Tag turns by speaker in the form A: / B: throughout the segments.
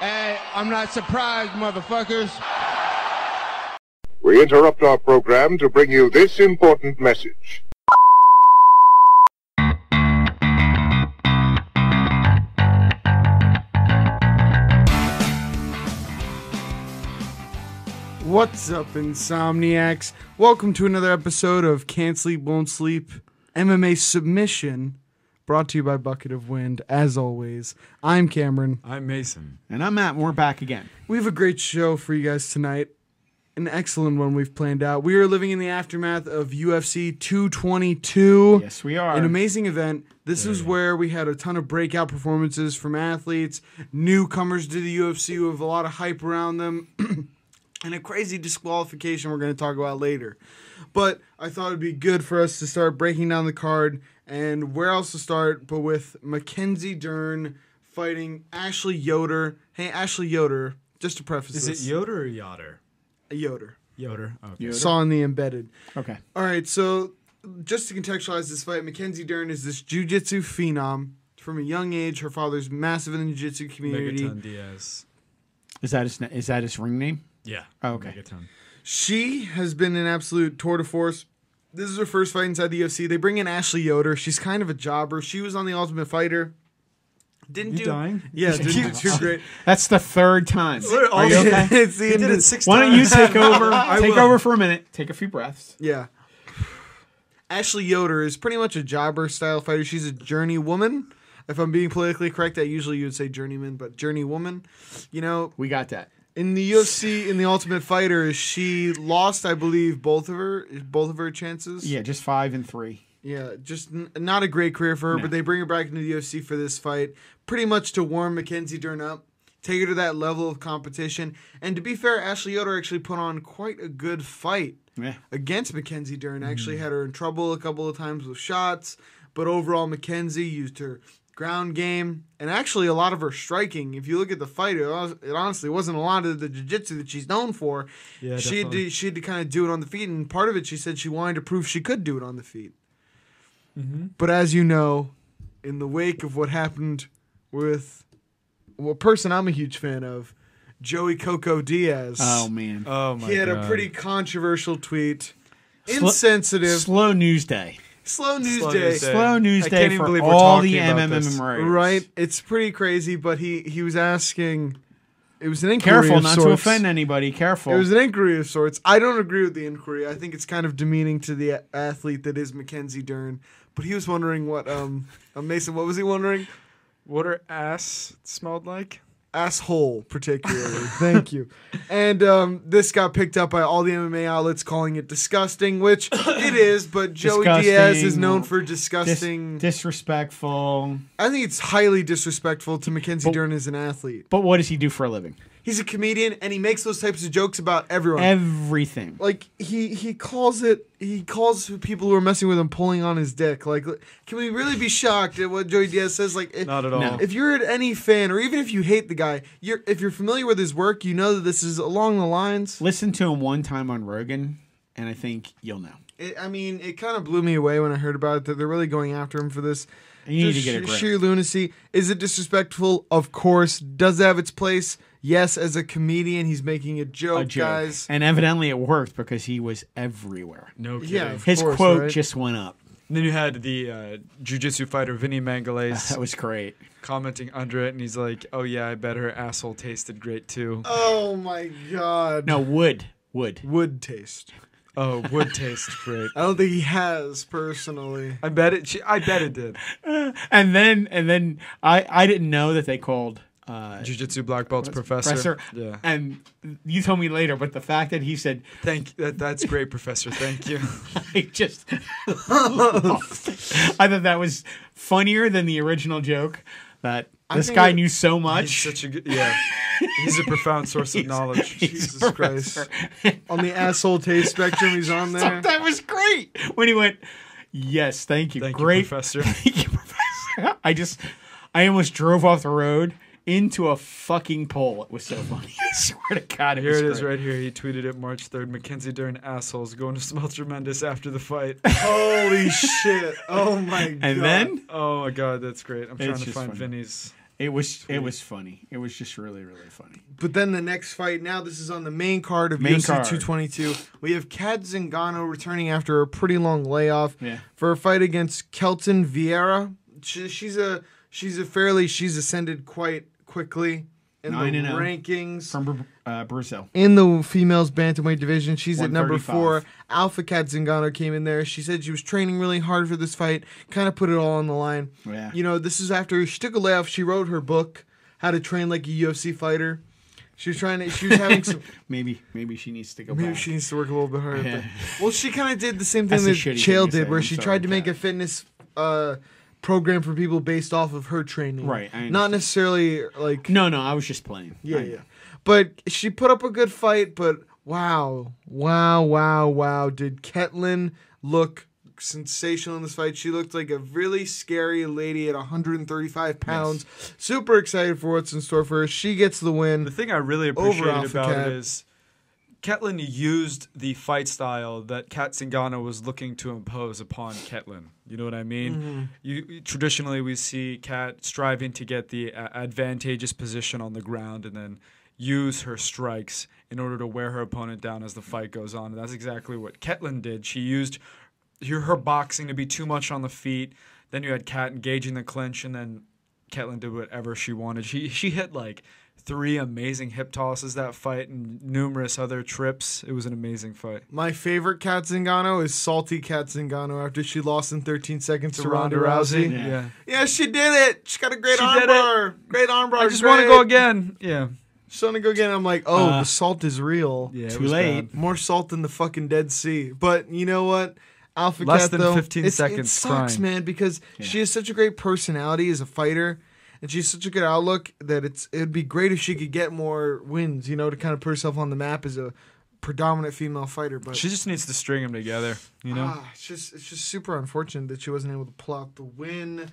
A: I'm not surprised, motherfuckers.
B: We interrupt our program to bring you this important message.
C: What's up, insomniacs? Welcome to another episode of Can't Sleep, Won't Sleep MMA Submission, brought to you by Bucket of Wind. As always, I'm Cameron.
D: I'm Mason.
E: And I'm Matt, and we're back again.
C: We have a great show for you guys tonight. An excellent one we've planned out. We are living in the aftermath of UFC 222.
E: Yes, we are.
C: An amazing event. This is where we had a ton of breakout performances from athletes, newcomers to the UFC who have a lot of hype around them, and a crazy disqualification we're going to talk about later. But I thought it'd be good for us to start breaking down the card and where else to start, but with Mackenzie Dern fighting Ashley Yoder. Hey, Ashley Yoder, just to preface
D: Is
C: this,
D: it Yoder or Yoder?
C: Yoder.
D: Yoder. Oh, Okay.
C: Saw in the embedded.
E: okay.
C: All right, so just to contextualize this fight, Mackenzie Dern is this jujitsu phenom from a young age. Her father's massive in the jiu-jitsu community.
D: Megaton Diaz.
E: Is that his na- is that his ring name?
D: Yeah.
E: Oh, okay.
D: Megaton.
C: She has been an absolute tour de force. This is her first fight inside the UFC. They bring in Ashley Yoder. She's kind of a jobber. She was on the Ultimate Fighter. Didn't
D: You
C: do
D: dying?
C: Yeah, didn't do too great.
E: That's the third time. Are you okay?
C: It's the
D: He
C: end
D: did
C: of-
D: it six
E: Why don't you
D: times.
E: take over? take
C: will.
E: over for a minute. Take a few breaths.
C: Yeah. Ashley Yoder is pretty much a jobber style fighter. She's a journey woman. If I'm being politically correct, I usually you would say journeyman, but journey woman. You know,
E: We got that.
C: in the UFC, in the Ultimate Fighter, she lost, I believe, both of her both of her chances.
E: Yeah, just five and three.
C: Yeah, just n- not a great career for her, but they bring her back into the UFC for this fight, pretty much to warm Mackenzie Dern up, take her to that level of competition. And to be fair, Ashley Yoder actually put on quite a good fight
E: Yeah.
C: against Mackenzie Dern.
D: Mm.
C: Actually, had her in trouble a couple of times with shots, but overall, Mackenzie used her ground game and actually a lot of her striking. If you look at the fight, it, was, it honestly wasn't a lot of the jiu-jitsu that she's known for.
D: Yeah,
C: she had to,
D: definitely.
C: she had to kind of do it on the feet, and part of it, she said she wanted to prove she could do it on the feet. But as you know, in the wake of what happened with well, a person I'm a huge fan of, Joey Coco Diaz.
E: Oh man.
D: Oh my
C: he had
D: god.
C: a pretty controversial tweet.
E: Slo-
C: Insensitive.
E: Slow news day.
C: slow news
D: Slow
C: day.
D: news day.
E: Slow news
C: I
E: day
C: can't even
E: for
C: believe we're
E: all the
D: talking about this.
E: MMM writers.
C: Right? It's pretty crazy, but he, he was asking. It was an inquiry.
E: Careful
C: of
E: not to
C: sorts.
E: offend anybody. Careful.
C: It was an inquiry of sorts. I don't agree with the inquiry. I think it's kind of demeaning to the a- athlete that is Mackenzie Dern. But he was wondering what um uh, Mason. What was he wondering?
D: What her ass smelled like?
C: asshole particularly thank you and um, this got picked up by all the mma outlets calling it disgusting which it is but joey diaz is
E: Disgusting.
C: known for
E: Dis-
C: disgusting
E: disrespectful.
C: i think it's highly disrespectful to mackenzie dern as an athlete
E: But what does he do for a living?
C: he's a comedian and he makes those types of jokes about everyone
E: Everything.
C: like he he calls it he calls people who are messing with him pulling on his dick like can we really be shocked at what joey diaz says like if-
D: Not at all.
E: No.
C: If you're any fan, or even if you hate the guy, you're if you're familiar with his work, you know that this is along the lines.
E: Listen to him one time on Rogan, and I think you'll know.
C: It, I mean, it kind of blew me away when I heard about it that they're really going after him for this.
E: You need
C: Just
E: to get a grip.
C: sheer lunacy. Is it disrespectful? Of course. Does it have its place? Yes. As a comedian, he's making a joke,
E: a joke.
C: guys.
E: And evidently it worked because he was everywhere.
D: No kidding.
C: Yeah.
E: His
C: course,
E: quote
C: right?
E: just went up.
D: And then you had the uh, jujitsu fighter Vinny Mangalais
E: That was great.
D: commenting under it, and he's like, "Oh yeah, I bet her asshole tasted great too.
C: Oh my god.
E: No, wood. Wood.
C: Wood taste.
D: oh, would taste great.
C: I don't think he has personally.
D: I bet it. She, I bet it did.
E: And then and then I, I didn't know that they called uh
D: Jujitsu black belts professor.
E: Professor.
D: Yeah.
E: And you told me later, but the fact that he said
D: Thank that, that's great, Professor. Thank you.
E: I just I thought that was funnier than the original joke that this
C: think
E: guy
C: it-
E: knew so
D: He's
E: much.
D: such a good. Yeah. He's a profound source of knowledge. Jesus Christ.
C: On the asshole taste spectrum, he's on there.
E: that was great. When he went, Yes, thank you.
D: Thank
E: great
D: you, Professor.
E: Thank you, Professor. I just, I almost drove off the road into a fucking pole. It was so funny. I swear to God, it
D: Here
E: was
D: it is
E: great.
D: right here. He tweeted it March 3rd. Mackenzie Dern assholes going to smell tremendous after the fight.
C: Holy shit. Oh my god.
E: And then
D: oh my god, that's great. I'm trying to
E: just
D: find
E: funny.
D: Vinny's.
E: It was it was funny. It was just really really funny.
C: But then the next fight, now this is on the main card of
E: Main
C: UFC
E: card.
C: 222. We have Kad Zingano returning after a pretty long layoff
E: Yeah.
C: for a fight against Kelton Vieira. She, she's a she's a fairly she's ascended quite quickly in
E: Nine
C: the
E: and oh.
C: rankings.
E: From Br- uh, Brazil.
C: in the females bantamweight division, she's at number four.
E: 135.
C: Alpha Kat Zingano came in there. She said she was training really hard for this fight, kind of put it all on the line.
E: Yeah.
C: You know, this is after she took a layoff. She wrote her book, How to Train Like a UFC Fighter. She was trying to. She was having some.
E: Maybe maybe she needs to go
C: Maybe
E: back.
C: she needs to work a little bit harder. but-
E: Yeah.
C: Well, she kind of did the same
E: That's
C: thing
E: a
C: that
E: shitty thing
C: Chael
E: to
C: did,
E: say.
C: where
E: I'm
C: she
E: sorry,
C: tried to make
E: Kat.
C: a fitness uh, program for people based off of her training.
E: Right, I
C: Not
E: understand.
C: necessarily like.
E: no, no, I was just playing.
C: Yeah,
E: I-
C: yeah. But she put up a good fight, but wow, wow, wow, wow. Did Ketlin look sensational in this fight? She looked like a really scary lady at 135 pounds. Super excited for what's in store for her. She gets the
D: The
C: win.
D: thing I really appreciated
C: Alpha
D: about
C: Cat.
D: it is Ketlin used the fight style that Kat Zingano was looking to impose upon Ketlin. You know what I mean?
C: Mm-hmm.
D: You, traditionally, we see Kat striving to get the uh, advantageous position on the ground and then use her strikes in order to wear her opponent down as the fight goes on. And that's exactly what Ketlin did. She used her her boxing to be too much on the feet. Then you had Kat engaging the clinch, and then Ketlin did whatever she wanted. She she hit like three amazing hip tosses that fight and numerous other trips. It was an amazing fight.
C: My favorite Kat Zingano is Salty Kat Zingano after she lost in 13 seconds to, Ronda, Rousey. Yeah.
E: Yeah.
C: she did it. She got a great
D: She did
C: armbar. Great armbar.
D: I just want to go again. Yeah.
C: Just want to go again. I'm like, oh,
E: Uh,
C: the salt is real.
D: Yeah. it
E: Too
D: was
E: late.
D: bad.
C: More salt than the fucking Dead Sea. But you know what? Alpha
D: Less
C: Cat,
D: than
C: though,
D: 15
C: it's- It
D: seconds
C: sucks,
D: crying.
C: man, because she has such a great personality as a fighter, and she has such a good outlook that it's it'd be great if she could get more wins, you know, to kind of put herself on the map as a predominant female fighter. But
D: She just needs to string them together. You know.
C: ah, it's just it's just super unfortunate that she wasn't able to pull out the win.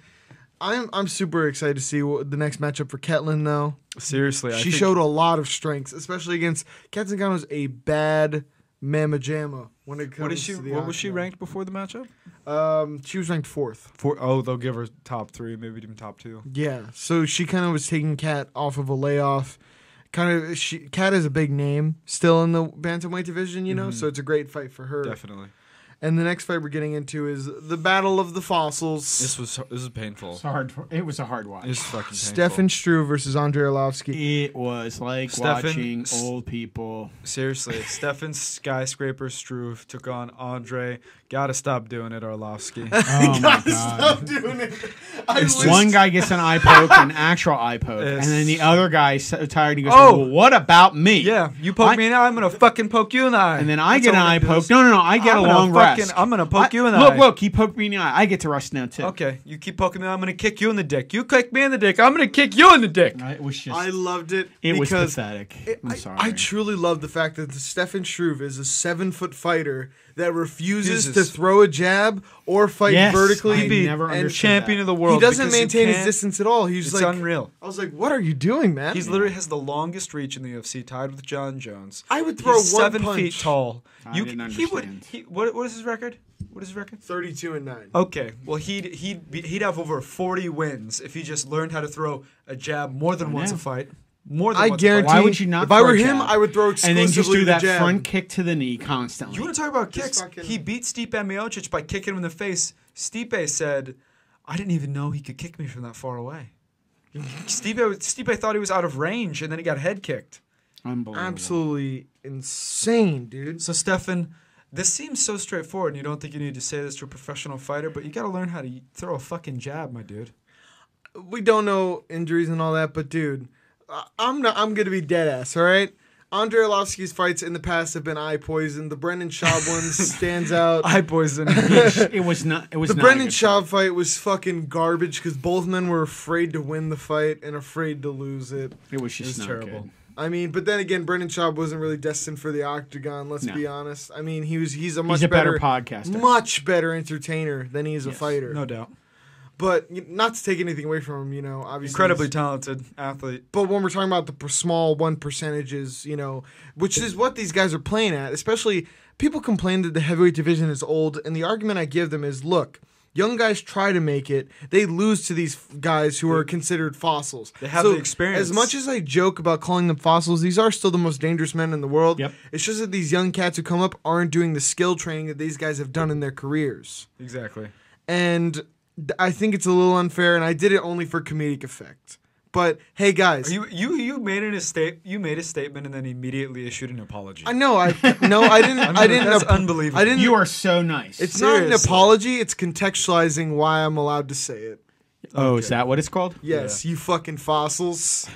C: I'm I'm super excited to see what the next matchup for Ketlin though.
D: Seriously, I
C: She
D: think-
C: showed a lot of strengths, especially against Kat Zingano's a bad mamma jamma when it comes
D: What is she?
C: to the
D: What was she
C: octagon.
D: ranked before the matchup?
C: Um, she was ranked fourth.
D: Four, oh, they'll give her top three, maybe even top two.
C: Yeah, so she kind of was taking Kat off of a layoff. Kind of, she Kat is a big name still in the bantamweight division, you know. So it's a great fight for her.
D: Mm-hmm. Definitely.
C: And the next fight we're getting into is the battle of the fossils.
D: This was this is painful.
E: It's a hard. It was a hard watch.
D: It was fucking
C: Stefan Struve versus Andre Arlovsky.
E: It was like
D: Stefan-
E: watching
D: S-
E: old people.
D: Seriously, Stefan Skyscraper Struve took on Andre. Gotta stop doing it, Orlovsky.
E: Oh my god!
C: Stop doing it. I wish-
E: One guy gets an eye poke, an actual eye poke,
D: Yes.
E: and then the other guy's so tired. He goes,
D: Oh.
E: "Oh, well, what about me?"
D: yeah, you poke
E: I-
D: me in the eye, I'm gonna fucking poke you in the eye.
E: And then I
D: That's
E: get an
D: how we're
E: eye
D: gonna do
E: poke.
D: this.
E: No, no, no. I get
D: I'm
E: a
D: gonna
E: long
D: fucking-
E: rest.
D: I'm gonna poke
E: I-
D: you in the
E: look,
D: eye.
E: Look, look. He poked me in the eye. I get to rest now too.
D: Okay, you keep poking me, I'm gonna kick you in the dick. You kick me in the dick, I'm gonna kick you in the dick.
E: I- It was just.
C: I loved it.
E: it was
C: because
E: pathetic.
C: It-
E: I'm
C: I-
E: sorry.
C: I, truly love the fact that the Stefan Struve is a seven foot fighter that refuses
D: Jesus.
C: to throw a jab or fight
E: Yes,
C: vertically.
E: I
D: Be
E: never
D: and
E: understood
D: champion
E: that.
D: of the world.
C: he doesn't
D: because you
C: maintain his
D: can't-
C: distance at all. He's
D: It's
C: like
D: unreal.
C: I was like, "What are you doing, man?"
D: He's literally has the longest reach in the UFC, tied with John Jones.
C: I would throw
D: He's
C: one
D: seven
C: punch.
D: feet tall.
E: I
D: you
E: didn't
D: he would.
E: understand.
D: He, what, what is his record? What is his record?
C: thirty-two and nine.
D: Okay, well he'd he'd be, he'd have over forty wins if he just learned how to throw a jab more than once a
E: know.
D: fight. More than
C: I
D: once
C: guarantee.
D: A fight.
E: Why would you not?
C: If I
E: throw
C: were
E: a
C: him,
E: jab?
C: I would throw
E: And then just
C: exclusively
E: do
C: the
E: that
C: jab.
E: front kick to the knee constantly.
D: You want to talk about kicks?
C: fucking-
D: He beat Stipe Miocic by kicking him in the face. Stipe said, "I didn't even know he could kick me from that far away." Stipe Stipe thought he was out of range, and then he got head kicked.
E: Unbelievable.
C: Absolutely insane, dude.
D: So, Stefan, this seems so straightforward, and you don't think you need to say this to a professional fighter, but you got to learn how to throw a fucking jab, my dude.
C: we don't know injuries and all that, but dude, I- I'm not. I'm gonna be dead ass. All right. Andre Arlovsky's fights in the past have been eye poison. The Brendan Schaub one stands out.
D: Eye poison.
E: It was not. It was
C: Ah. the
E: not a
C: Brendan
E: good
C: Schaub fight was fucking garbage because both men were afraid to win the fight and afraid to lose it.
E: fight. It was just not
D: terrible.
E: good.
C: I mean, but then again, Brendan Schaub wasn't really destined for the octagon. Let's
E: No.
C: be honest. I mean, he was he's a much
E: a
C: better,
E: better podcaster.
C: much better entertainer than he is a fighter.
D: no doubt.
C: But y- not to take anything away from him, you know, obviously
D: Incredibly
C: he's-
D: talented athlete.
C: But when we're talking about the per- small one percentages, you know, which is what these guys are playing at, especially people complain that the heavyweight division is old, and the argument I give them is, look, Young guys try to make it. They lose to these f- guys who are considered fossils. They
D: have the experience.
C: As much as I joke about calling them fossils, these are still the most dangerous men in the world.
E: Yep.
C: It's just that these young cats who come up aren't doing the skill training that these guys have done in their careers.
D: Exactly.
C: And th- I think it's a little unfair, and I did it only for comedic effect. But hey, guys.
D: You you you made an estate you made a statement and then immediately issued an apology.
C: I know. I no. I didn't. I, didn't.
D: that's
C: ap-
D: unbelievable.
C: I didn't.
E: You are so nice.
C: It's not an
D: Seriously.
C: apology. It's contextualizing why I'm allowed to say it.
E: oh, is that what it's called?
C: Yes, you fucking fossils.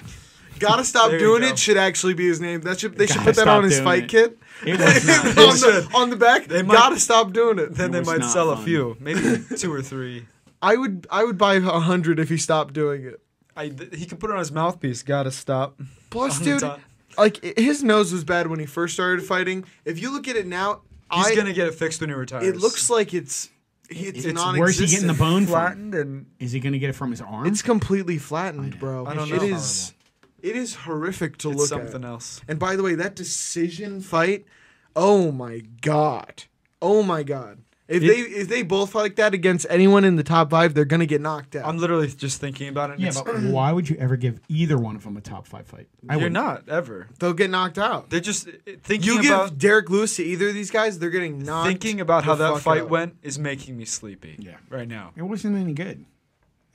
C: Gotta stop
D: There you
C: doing
D: go.
C: it. Should actually be his name. That should they should
E: Gotta
C: put that
E: stop
C: on his
E: doing
C: fight
E: it.
C: kit.
E: It was
C: on,
E: nice.
C: the, on the back. They
D: might-
C: gotta stop doing it. Then
D: then they
E: was
D: might
E: not
D: sell a
E: fun.
D: few, maybe two or three.
C: I would I would buy a hundred if he stopped doing it.
D: I, th- he could put it on his mouthpiece. Gotta stop.
C: Plus,
D: On the
C: dude,
D: top.
C: like i- his nose was bad when he first started fighting. If you look at it now,
D: He's
C: I
D: gonna get it fixed when he retires.
C: it looks like it's it's,
E: It's
C: non-existent.
E: where's he getting the bone from?
D: flattened and
E: Is he gonna get it from his arm?
C: It's completely flattened, bro.
D: I don't
C: It
D: know.
C: is. It is horrific to
D: it's
C: look at.
D: something else.
C: And by the way, that decision fight, oh my god. Oh my god. If they if they both fight like that against anyone in the top five, they're gonna get knocked out.
D: I'm literally just thinking about it.
E: yeah,
D: it's-
E: but why would you ever give either one of them a top five fight? I
D: you're
E: would
D: not ever.
C: They'll get knocked out.
D: They're just uh, thinking
C: You give
D: about
C: Derek Lewis to either of these guys, they're getting knocked.
D: thinking about how
C: the
D: that
C: fuck
D: fight
C: out.
D: went is making me sleepy.
E: Yeah.
D: right now.
E: It wasn't any good.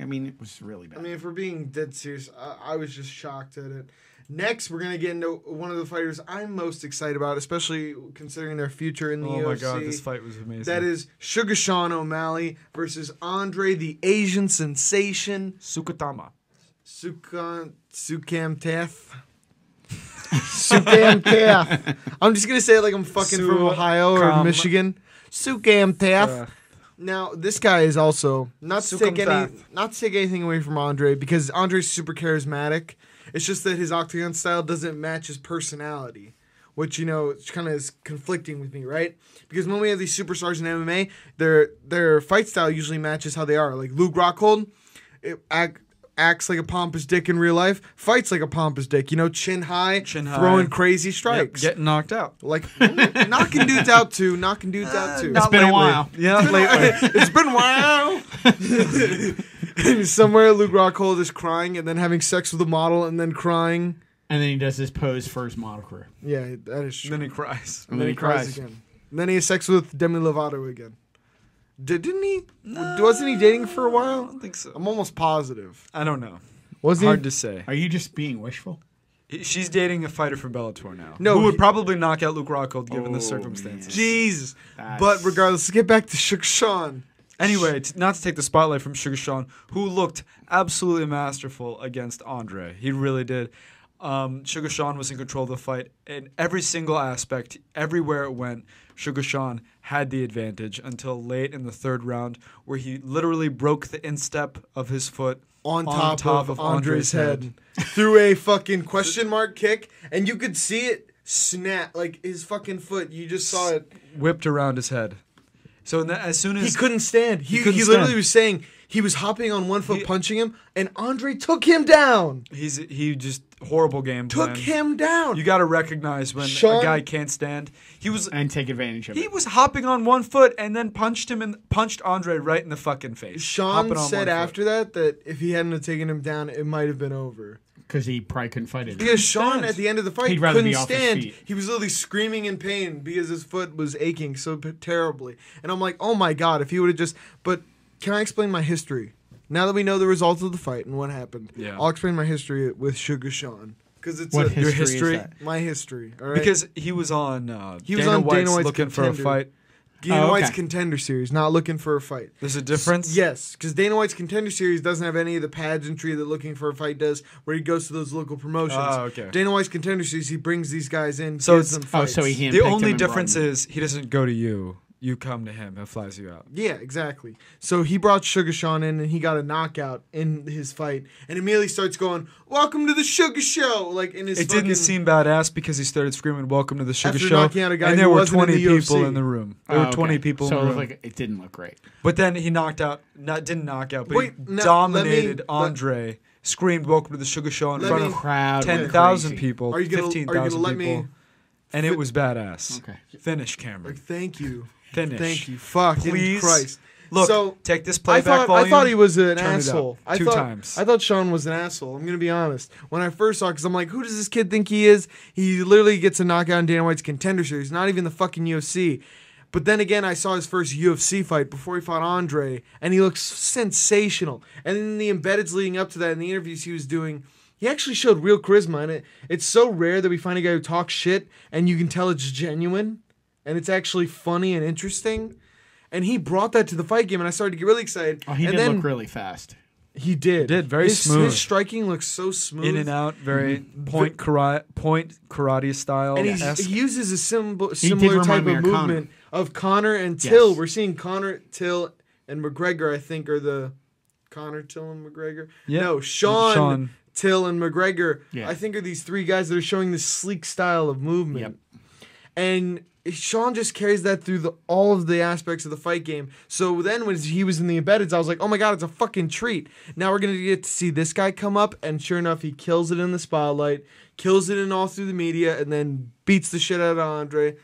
E: I mean, it was really bad.
C: I mean, if we're being dead serious, I, I was just shocked at it. Next, we're gonna get into one of the fighters I'm most excited about, especially considering their future in the
D: Oh
C: UFC.
D: my god, this fight was amazing.
C: That is Sugar Sean O'Malley versus Andre the Asian Sensation
D: Sukutama.
C: Sukan Sukamtef. Sukamtef. I'm just gonna say it like I'm fucking from Ohio or
D: Sukam-
C: Michigan. Sukamtef.
D: Uh,
C: Now this guy is also not to take any
D: Sukamtef.
C: not to take anything away from Andre because Andre's super charismatic. It's just that his octagon style doesn't match his personality, which you know kind of is conflicting with me, right? Because when we have these superstars in MMA, their their fight style usually matches how they are. Like Luke Rockhold, it act, acts like a pompous dick in real life, fights like a pompous dick. You know, chin high,
D: Chin high.
C: throwing crazy
D: yep,
C: strikes.
D: getting knocked out.
C: Like knocking dudes out too, knocking dudes out too.
E: been a while.
D: Yeah, lately.
C: it's been a while. Somewhere Luke Rockhold is crying and then having sex with a model and then crying.
E: and then he does his pose for his model career.
C: Yeah, that is true.
D: then he cries.
E: And then he cries.
C: again. And then he has sex with Demi Lovato again. Did, didn't he? Wasn't he dating for a
D: I
C: while?
D: don't think so.
C: I'm almost positive.
D: I don't know.
C: Wasn't
D: Hard
C: he?
D: to say.
E: Are you just being wishful?
D: She's dating a fighter from Bellator now.
C: No,
D: who would
C: he-
D: probably knock out Luke Rockhold given
E: Oh,
D: the circumstances.
C: Jesus.
E: That's-
C: But regardless, let's get back to Shook Sean.
D: Anyway, t- not to take the spotlight from Sugar Sean, who looked absolutely masterful against Andre. He really did. Um, Sugar Sean was in control of the fight in every single aspect, everywhere it went. Sugar Sean had the advantage until late in the third round, where he literally broke the instep of his foot
C: on top, of, Andre's, head, through a fucking question mark kick, and you could see it snap like his fucking foot. You just saw it.
D: whipped around his head. So in the, as soon
C: He
D: as
C: couldn't stand. He he,
D: couldn't
C: literally
D: stand.
C: was saying he was hopping on one foot, punching him, and Andre took him down.
D: he's he just horrible game
C: Took
D: plan.
C: him down.
D: You got to recognize when
C: Sean-
D: a guy can't stand. He was
E: And take advantage of
D: He
E: it.
D: was hopping on one foot and then punched him and punched Andre right in the fucking face.
C: Sean
D: Hopping on one
C: said
D: foot.
C: after that that if he hadn't have taken him down, it might have been over.
E: Because he probably couldn't fight it.
C: Because Sean
D: stand.
C: at the end of the fight
E: He'd rather
C: couldn't
E: be off his
C: stand.
E: feet.
C: He was literally screaming in pain because his foot was aching so p- terribly. And I'm like, oh my god, if he would have just. But can I explain my history? Now that we know the results of the fight and what happened,
D: Yeah.
C: I'll explain my history with Sugar Sean because it's
E: What
C: a,
E: history,
D: Your history?
E: is that?
C: my history. All right,
D: because he was on uh,
C: He
D: he
C: was
D: was Dana,
C: on Dana
D: White's
C: White's
D: looking for
C: contender.
D: a fight.
C: Dana
E: Oh,
C: White's
E: okay.
C: contender series, not looking for a fight.
D: There's a difference.
C: Yes, because Dana White's contender series doesn't have any of the pageantry that Looking for a Fight does, where he goes to those local promotions.
D: Ah, okay.
C: Dana White's contender series, he brings these guys in,
D: So
C: gives
D: it's-
C: them
E: Oh,
C: fights.
E: so he handpicked
D: The only
E: him and brought
D: difference
E: him in.
D: is he doesn't go to you. You come to him and flies you out.
C: Yeah, exactly. So he brought Sugar Sean in, and he got a knockout in his fight, and immediately starts going, "Welcome to the Sugar Show!" Like in his.
D: It
C: fucking-
D: didn't seem badass because he started screaming, "Welcome to the Sugar
C: After
D: Show!"
C: knocking out a guy
D: and
C: who
D: there were
C: wasn't in
D: 20
C: the UFC.
D: people in the room. There
E: Oh,
D: were 20
E: okay.
D: people
E: So
D: in the room.
E: like it didn't look great.
D: But then he knocked out, not didn't knock out, but
C: Wait,
D: he
C: no, let
D: dominated
C: me- let-
D: Andre, screamed "Welcome to the Sugar Show" in
C: Let
D: front
C: me-
D: of
E: Crowd went
D: ten thousand
E: crazy.
D: people,
C: Are you gonna- are you
D: fifteen
C: gonna
D: thousand
C: let
D: people,
C: me
D: and it was badass.
E: Okay.
D: finish, Cameron.
C: Thank you.
D: Finish.
C: Thank you. Fuck.
D: Please.
C: Please. Christ.
D: Look,
C: So,
D: take this
C: I
D: playback
C: thought,
D: volume.
C: I thought he was an
D: turn it up
C: asshole. I
D: two
C: thought,
D: times.
C: I thought Sean was an asshole. I'm gonna be honest. When I first saw, because I'm like, who does this kid think he is? He literally gets a knockout in Dana White's contender series, not even the fucking UFC. But then again, I saw his first UFC fight before he fought Andre, and he looks sensational. And then the embeddeds leading up to that, and the interviews he was doing, he actually showed real charisma. And it, it's so rare that we find a guy who talks shit, and you can tell it's genuine, and it's actually funny and interesting. And he brought that to the fight game, and I started to get really excited.
E: Oh, he
C: and
E: did
C: then
E: look really fast.
C: he did.
D: did, very
C: his,
D: smooth.
C: His striking looks so smooth.
D: in and out, very point karate, point karate style.
C: Mm-hmm. And he's,
D: esque.
C: he uses a symbol,
E: did
C: similar type
E: remind
C: of
E: me of
C: movement
E: Conor.
C: of Connor and Till.
E: Yes.
C: We're seeing Connor, Till, and McGregor. I think are the Connor, Till, and McGregor.
D: Yeah.
C: No, Sean,
D: Sean.
C: Till, and McGregor.
E: Yeah.
C: I think are these three guys that are showing this sleek style of movement.
E: Yep.
C: and Sean just carries that through the, all of the aspects of the fight game. So then when he was in the embeddeds, I was like, oh my god, it's a fucking treat. Now we're gonna get to see this guy come up, and sure enough, he kills it in the spotlight, kills it in all through the media, and then beats the shit out of Andre.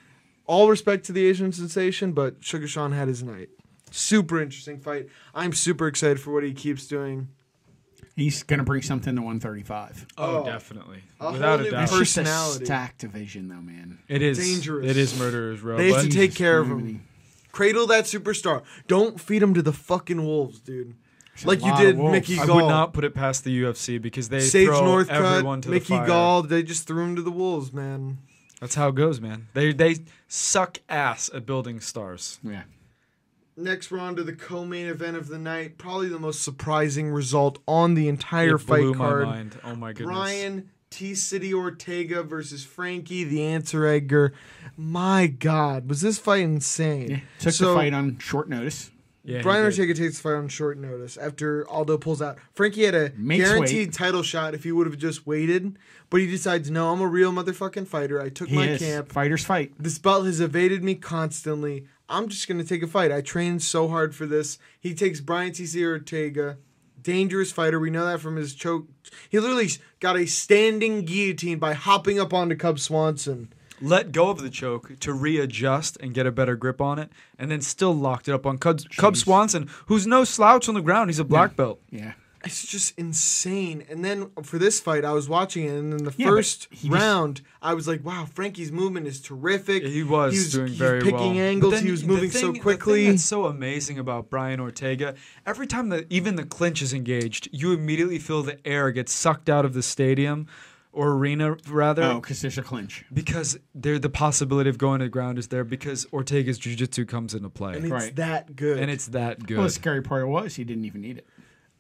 C: All respect to the Asian sensation, but Sugar Sean had his night. Super interesting fight. I'm super excited for what he keeps doing.
E: He's gonna bring something to 135.
D: oh,
C: oh,
D: definitely,
C: a whole
D: without a
C: new person.
D: doubt.
E: Just a
C: Personality.
E: stacked division, though, man.
D: It is
C: Dangerous.
D: It is murderers row.
C: They have
D: but-
C: to take
E: Jesus
C: care of
E: Christ.
C: him. Cradle that superstar. Don't feed him to the fucking wolves, dude.
E: There's a
C: Like you
E: lot
C: did
E: of wolves.
C: Mickey
D: I
C: Gall.
D: would not put it past the UFC because they
C: Sage
D: throw everyone
C: Northcutt,
D: to
C: Mickey
D: the fire.
C: Gall, they just threw him to the wolves, man.
D: That's how it goes, man. They they suck ass at building stars.
E: Yeah.
C: Next, we're on to the co-main event of the night. Probably the most surprising result on the entire
D: It
C: fight
D: blew
C: card.
D: my mind. Oh my goodness.
C: Brian T. City Ortega versus Frankie the Answer Edgar. My God, was this fight insane?
E: Took
C: So,
E: the fight on short notice.
D: yeah, he
C: Brian
D: did.
C: Ortega takes the fight on short notice after Aldo pulls out. Frankie had a
E: Makes
C: guaranteed title shot if he would have just waited, but he decides, no, I'm a real motherfucking fighter. I took
E: He
C: my
E: is.
C: camp.
E: Fighters fight.
C: This belt has evaded me constantly. I'm just going to take a fight. I trained so hard for this. He takes Brian T.C. Ortega. Dangerous fighter. We know that from his choke. He literally got a standing guillotine by hopping up onto Cub Swanson.
D: let go of the choke to readjust and get a better grip on it, and then still locked it up on Cub, Cub Swanson, who's no slouch on the ground. He's a black belt.
E: Yeah.
C: It's just insane. And then for this fight, I was watching it, and in the
E: Yeah, but
C: first
E: he just-
C: round, I was like, "Wow, Frankie's movement is terrific."
D: He was doing very
C: picking
D: well.
C: angles.
D: But then
C: he was
D: the
C: moving
D: thing-
C: so
D: The
C: quickly.
D: thing that's so amazing about Brian Ortega, every time that even the clinch is engaged, you immediately feel the air get sucked out of the stadium or arena rather.
E: Oh, because there's a clinch.
D: Because there, the possibility of going to the ground is there because Ortega's jiu-jitsu comes into play,
C: and it's
E: Right.
C: that good.
D: and it's that good.
E: Well, the scary part was he didn't even need it.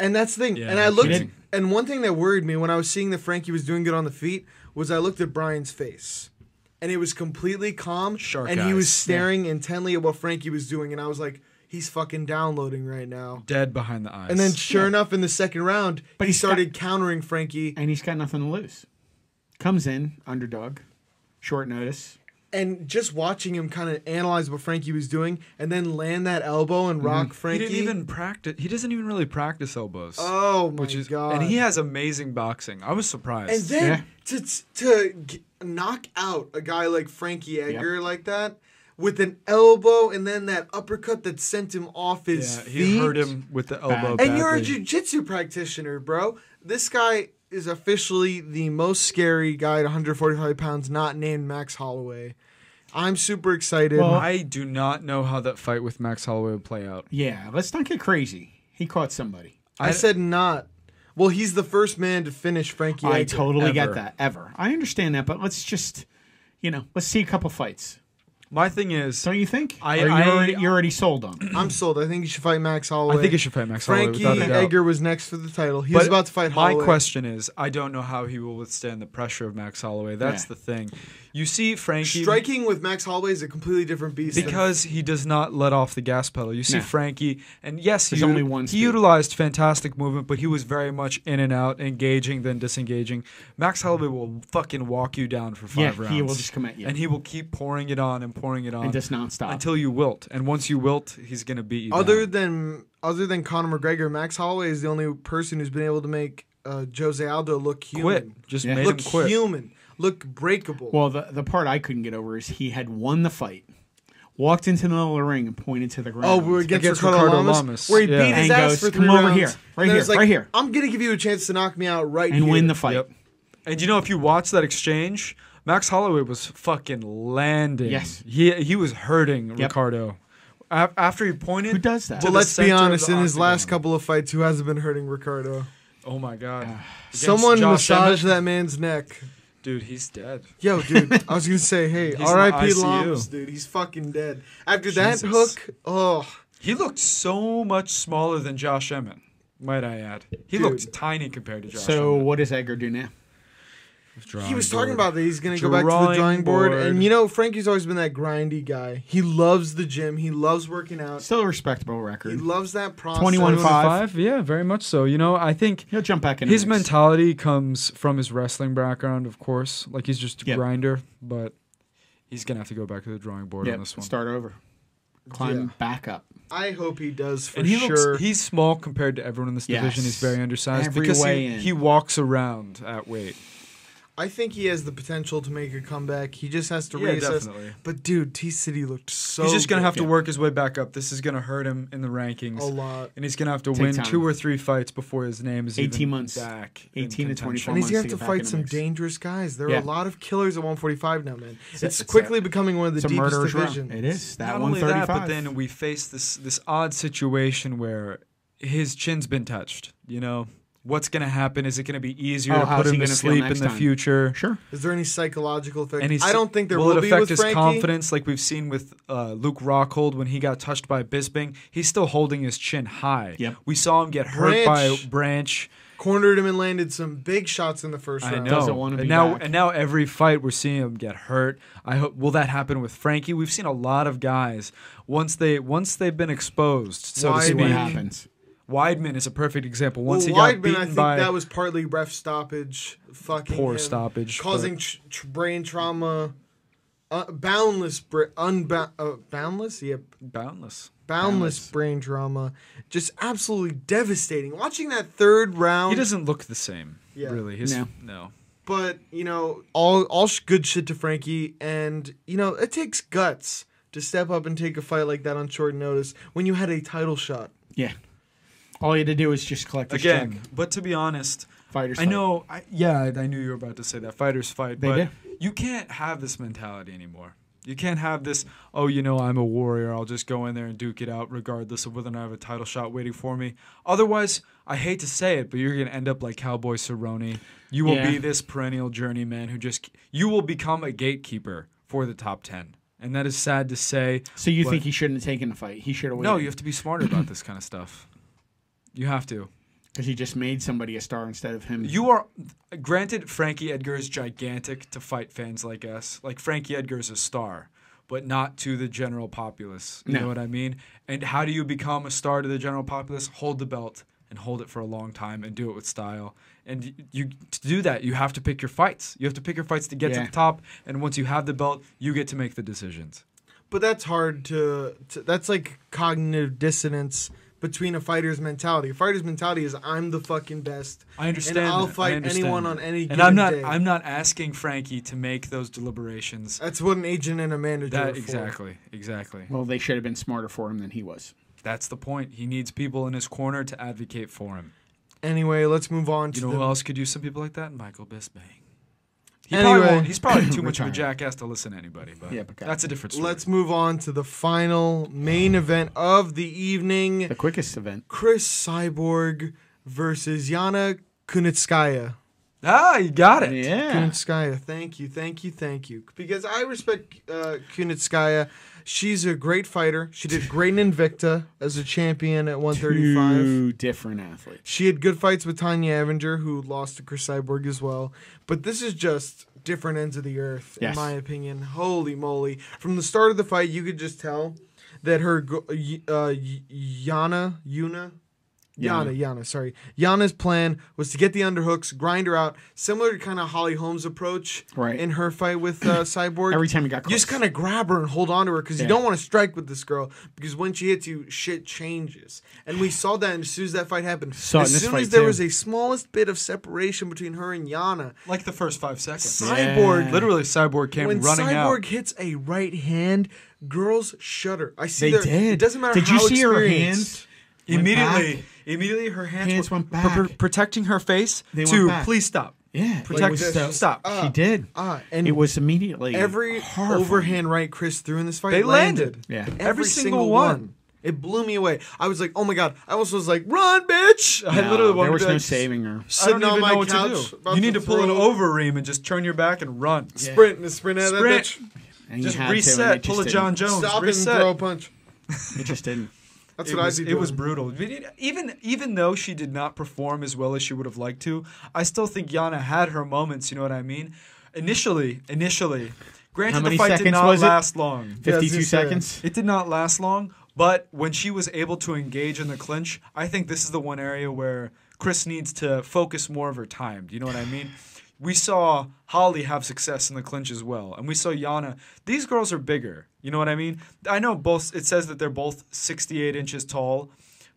C: And that's the thing.
D: Yeah,
C: and I
D: he
C: looked,
E: didn't.
C: and one thing that worried me when I was seeing that Frankie was doing good on the feet was I looked at Brian's face, and it was completely calm.
D: Shark
C: and he was
D: eyes.
C: staring intently at what Frankie was doing, and I was like, "He's fucking downloading right now."
D: Dead behind the eyes.
C: And then, sure enough, in the second round,
E: But
C: he
E: he's got-
C: started countering Frankie.
E: And he's got nothing to lose. Comes in, underdog, short notice.
C: and just watching him kind of analyze what Frankie was doing and then land that elbow and rock
D: Mhm. he
C: Frankie.
D: didn't even practice. He doesn't even really practice elbows.
C: Oh my
D: which is
C: god!
D: and he has amazing boxing. I was surprised.
C: And then to to g- knock out a guy like Frankie Edgar like that with an elbow and then that uppercut that sent him off his
D: yeah,
C: feet.
D: he hurt him with the elbow.
E: And
C: And you're a
D: badly.
C: jujitsu practitioner, bro. This guy is officially the most scary guy at 145 pounds, not named Max Holloway. I'm super excited.
E: Well,
D: I do not know how that fight with Max Holloway would play out.
E: Yeah, let's not get crazy. He caught somebody.
C: I, said not. Well, he's the first man to finish Frankie.
E: I
C: Edgar.
E: totally
D: ever.
E: get that. Ever. I understand that, but let's just, you know, let's see a couple fights.
D: My thing is,
E: Don't you think?
D: I-
E: Or you're,
D: I-
E: already, you're already sold on. it.
C: I'm sold. I think he should fight Max Holloway.
D: I think he should fight Max Holloway
C: Frankie
D: without a doubt.
C: Edgar was next for the title. He
D: but
C: was about to fight Holloway.
D: My question is, I don't know how he will withstand the pressure of Max Holloway. That's
E: Yeah.
D: the thing. You see, Frankie
C: Striking with Max Holloway is a completely different beast. than-
D: because he does not let off the gas pedal. You see
E: No.
D: Frankie, and yes, he,
E: There's only one
D: he
E: speed.
D: utilized fantastic movement, but he was very much in and out, engaging then disengaging. Max Holloway will fucking walk you down for
E: Yeah,
D: five rounds.
E: he will just come at you.
D: and he will keep pouring it on and pouring it on,
E: And just nonstop.
D: until you wilt. And once you wilt, he's gonna beat you.
C: other
D: down.
C: than other than Conor McGregor, Max Holloway is the only person who's been able to make uh, Jose Aldo look human.
D: quit, just
E: Yeah.
D: made
C: Look
D: him quit.
C: human. Look breakable.
E: Well, the, the part I couldn't get over is he had won the fight, walked into the middle of the ring and pointed to the ground.
C: Oh, we're against,
D: Against
C: Ricardo,
D: Ricardo
C: Lamas,
D: Lamas.
C: where he
D: Yeah.
C: beat his
E: And
C: ass
E: goes,
C: for
E: "Come
C: three
E: over
C: rounds.
E: here, right
C: And it
E: here,
C: was like,
E: right here."
C: I'm gonna give you a chance to knock me out right
E: and
C: here.
E: win the fight.
D: Yep. And you know, if you watch that exchange, Max Holloway was fucking landing.
E: Yes.
D: He he was hurting Ricardo. A- after he pointed.
E: Who does that?
D: to
E: Well,
D: the
C: Let's be
D: center of
C: honest.
D: the
C: In his last
D: octagon.
C: couple of fights, who hasn't been hurting Ricardo?
D: Oh my god. Against
C: Ah. Someone
D: Josh
C: massage
D: Emmett.
C: that man's neck.
D: Dude, he's dead.
C: Yo, dude, I was gonna say, hey,
D: in the
C: R.I.P.
D: ICU.
C: Lamas, dude, he's fucking dead. After that
D: Jesus.
C: hook, oh,
D: He looked so much smaller than Josh Emmett. Might I add? He
C: Dude.
D: looked tiny compared to Josh.
E: So
D: Emmett.
E: what does Edgar do now?
C: he was talking about that he's gonna go back to the
D: Drawing
C: drawing board.
D: board.
C: And you know, Frankie's always been that grindy guy. He loves the gym. He loves working out.
E: Still a respectable
C: He
E: record.
C: loves that process.
E: 21 five.
D: five. Yeah, very much so. You know, I think
E: He'll jump back in.
D: his
E: the mix.
D: mentality comes from his wrestling background, of course. Like he's just a
E: Yep.
D: grinder, but he's gonna have to go back to the drawing board
E: Yep,
D: on this one.
E: Start over. Climb
C: Yeah.
E: back up.
C: I hope he does for
D: and he
C: sure.
D: looks he's small compared to everyone in this division.
E: Yes.
D: He's very undersized
E: Every
D: because
E: way
D: he,
E: in.
D: he walks around at weight.
C: I think he has the potential to make a comeback. He just has to
D: Yeah,
C: reassess.
D: definitely.
C: But dude, T City looked so.
D: he's just gonna
C: good.
D: have to
E: yeah.
D: work his way back up. This is gonna hurt him in the rankings
C: a lot.
D: And he's gonna have to
E: Take
D: win
E: time.
D: two or three fights before his name is
E: 18
D: even
E: months.
D: back.
E: 18 to 24
C: And he's
E: months.
C: gonna
E: to
C: have to
E: get back in
C: fight
E: the
C: some
E: mix.
C: dangerous guys. There
E: Yeah.
C: are a lot of killers at 145 now, man. It's,
E: it's
C: quickly
E: a-
C: becoming one of the
E: It's a
C: deepest
E: murderer's row.
C: divisions.
E: It is that
D: Not
E: one
D: only that,
E: thirty-five.
D: but then we face this this odd situation where his chin's been touched. You know, what's gonna happen? Is it gonna be easier
E: Oh,
D: to
E: how's
D: put
E: he
D: him to
E: gonna feel
D: sleep in
E: next
D: the
E: time?
D: future?
E: sure.
C: Is there any psychological effect?
D: And he's,
C: I don't think there
D: will,
C: will,
D: it
C: be
D: affect
C: with
D: his
C: Frankie.
D: confidence, like we've seen with uh, Luke Rockhold when he got touched by Bisping. He's still holding his chin high.
E: Yep.
D: We saw him get hurt
C: Branch.
D: by Branch.
C: Cornered him and landed some big shots in the first
D: I
C: round.
D: know.
E: Doesn't wanna
D: and
E: be
D: now
E: back.
D: and now every fight we're seeing him get hurt. I hope will that happen with Frankie? We've seen a lot of guys once they once they've been exposed, so
C: Weidman.
D: to
E: See what
D: speak.
E: happens.
D: Weidman is a perfect example. Once
C: well,
D: he got
C: Weidman,
D: beaten
C: I think
D: by
C: that was partly ref stoppage, fucking
D: Poor
C: him,
D: stoppage,
C: causing tr- tr- brain trauma, uh, boundless, br- unbound, uh, boundless, yeah,
D: boundless.
C: boundless brain trauma, just absolutely devastating. Watching that third round,
D: He doesn't look the same.
C: Yeah.
D: Really, His-
E: No.
D: no.
C: but you know, all all sh- good shit to Frankie, and you know, it takes guts to step up and take a fight like that on short notice when you had a title shot.
E: Yeah. All you had to do is just collect his
D: Again,
E: check.
D: but to be honest,
E: Fighters.
D: I
E: fight.
D: know. I, yeah, I- I knew you were about to say that fighters fight,
E: They
D: but
E: do.
D: you can't have this mentality anymore. You can't have this. Oh, you know, I'm a warrior. I'll just go in there and duke it out, regardless of whether or not I have a title shot waiting for me. Otherwise, I hate to say it, but you're gonna end up like Cowboy Cerrone. You will
E: Yeah.
D: be this perennial journeyman who just you will become a gatekeeper for the top ten, and that is sad to say.
E: So you
D: but-
E: think he shouldn't have taken the fight? He should have
D: No, you have to be smarter about this kind of stuff. You have to.
E: because he just made somebody a star instead of him.
D: You are granted Frankie Edgar is gigantic to fight fans like us. Like Frankie Edgar is a star, but not to the general populace. You
E: No.
D: know what I mean? And how do you become a star to the general populace? Hold the belt and hold it for a long time and do it with style. And y- you to do that, you have to pick your fights. You have to pick your fights to get
E: Yeah.
D: to the top. And once you have the belt, you get to make the decisions.
C: But that's hard to, to. That's like cognitive dissonance between a fighter's mentality. A fighter's mentality is I'm the fucking best.
D: I understand.
C: And I'll
D: that. I
C: fight
D: understand
C: anyone
D: that.
C: on any.
D: And
C: given
D: I'm not.
C: Day.
D: I'm not asking Frankie to make those deliberations.
C: That's what an agent and a manager. are
D: That
C: for.
D: exactly. Exactly.
E: well, they should have been smarter for him than he was.
D: That's the point. He needs people in his corner to advocate for him.
C: Anyway, let's move on to
D: You know
C: the,
D: who else could use some people like that? Michael Bisping. He
C: Anyway.
D: probably won't. He's probably too much of a
E: Retired.
D: jackass to listen to anybody, but,
E: Yeah, but God.
D: that's a different story.
C: Let's move on to the final main event of the evening:
E: The quickest event.
C: Chris Cyborg versus Yana Kunitskaya.
D: ah, you got it.
E: Yeah.
C: Kunitskaya, thank you, thank you, thank you. Because I respect uh, Kunitskaya. She's a great fighter. She did great in Invicta as a champion at 135.
E: Two different athletes.
C: She had good fights with Tanya Avenger, who lost to Chris Cyborg as well. But this is just different ends of the earth, in
E: Yes.
C: my opinion. Holy moly. From the start of the fight, you could just tell that her go- uh, y- uh, y- Yana, Yuna, Yana, Yana, sorry. Yana's plan was to get the underhooks, grind her out, similar to kind of Holly Holmes' approach
E: Right.
C: in her fight with uh, Cyborg.
E: Every time he got
C: You just
E: close.
C: kind of grab her and hold on to her because
E: Yeah.
C: you don't want to strike with this girl because when she hits you, shit changes. And we saw that as soon as that fight happened.
E: Saw it in
C: as
E: this
C: soon
E: fight,
C: as there
E: too.
C: was a smallest bit of separation between her and Yana,
D: Like the first five seconds.
C: Cyborg
E: Yeah.
D: Literally, Cyborg came
C: when
D: running
C: Cyborg
D: out.
C: hits a right hand, girls shudder. I see
E: They
C: their-
E: did.
C: It doesn't matter.
E: Did
C: how
E: you see her
C: experienced.
E: hands? Went
D: Immediately,
E: back.
D: immediately her hands,
E: Hands
D: were
E: went
D: pr- pr-
E: back.
D: protecting her face
E: They went
D: to
E: back.
D: please stop.
E: Yeah,
D: Protect-
E: it was-
D: stop. Stop.
E: she did.
C: Ah, and
E: it was immediately
C: every
E: horrifying.
C: overhand right Chris threw in this fight.
D: They landed.
E: Yeah.
C: Every,
D: Every
C: single,
D: single
C: one.
D: one.
C: It blew me away. I was like, oh my god. I almost was like, run, bitch. I
E: No,
C: literally wanted
E: there was
C: to
E: no
C: be like,
E: saving her.
D: I don't
C: Sitting
D: even
C: on
D: know
C: my
D: what
C: couch.
D: to do.
C: about
D: You need to pull an
C: throw-
D: over ream and just turn your back and run.
C: Sprint and sprint at that
D: Sprint.
C: bitch.
E: And you
D: Just
E: had to, and
D: reset.
E: it
D: Pull a
E: just
D: John
E: didn't.
D: Jones.
C: Stop it and
D: reset.
C: throw a punch.
E: It just didn't.
C: That's
D: it
C: what
D: was,
C: I'd be
D: it was
C: doing.
D: brutal. But it- Even even though she did not perform as well as she would have liked to, I still think Yana had her moments. You know what I mean? Initially, initially, granted
E: many
D: the fight did
E: seconds
D: not
E: was it?
D: last long.
C: Yeah, I was
E: 52
C: gonna say.
E: seconds.
D: It did not last long. But when she was able to engage in the clinch, I think this is the one area where Chris needs to focus more of her time. Do you know what I mean? We saw Holly have success in the clinch as well, and we saw Yana. These girls are bigger. You know what I mean? I know both. It says that they're both 68 inches tall,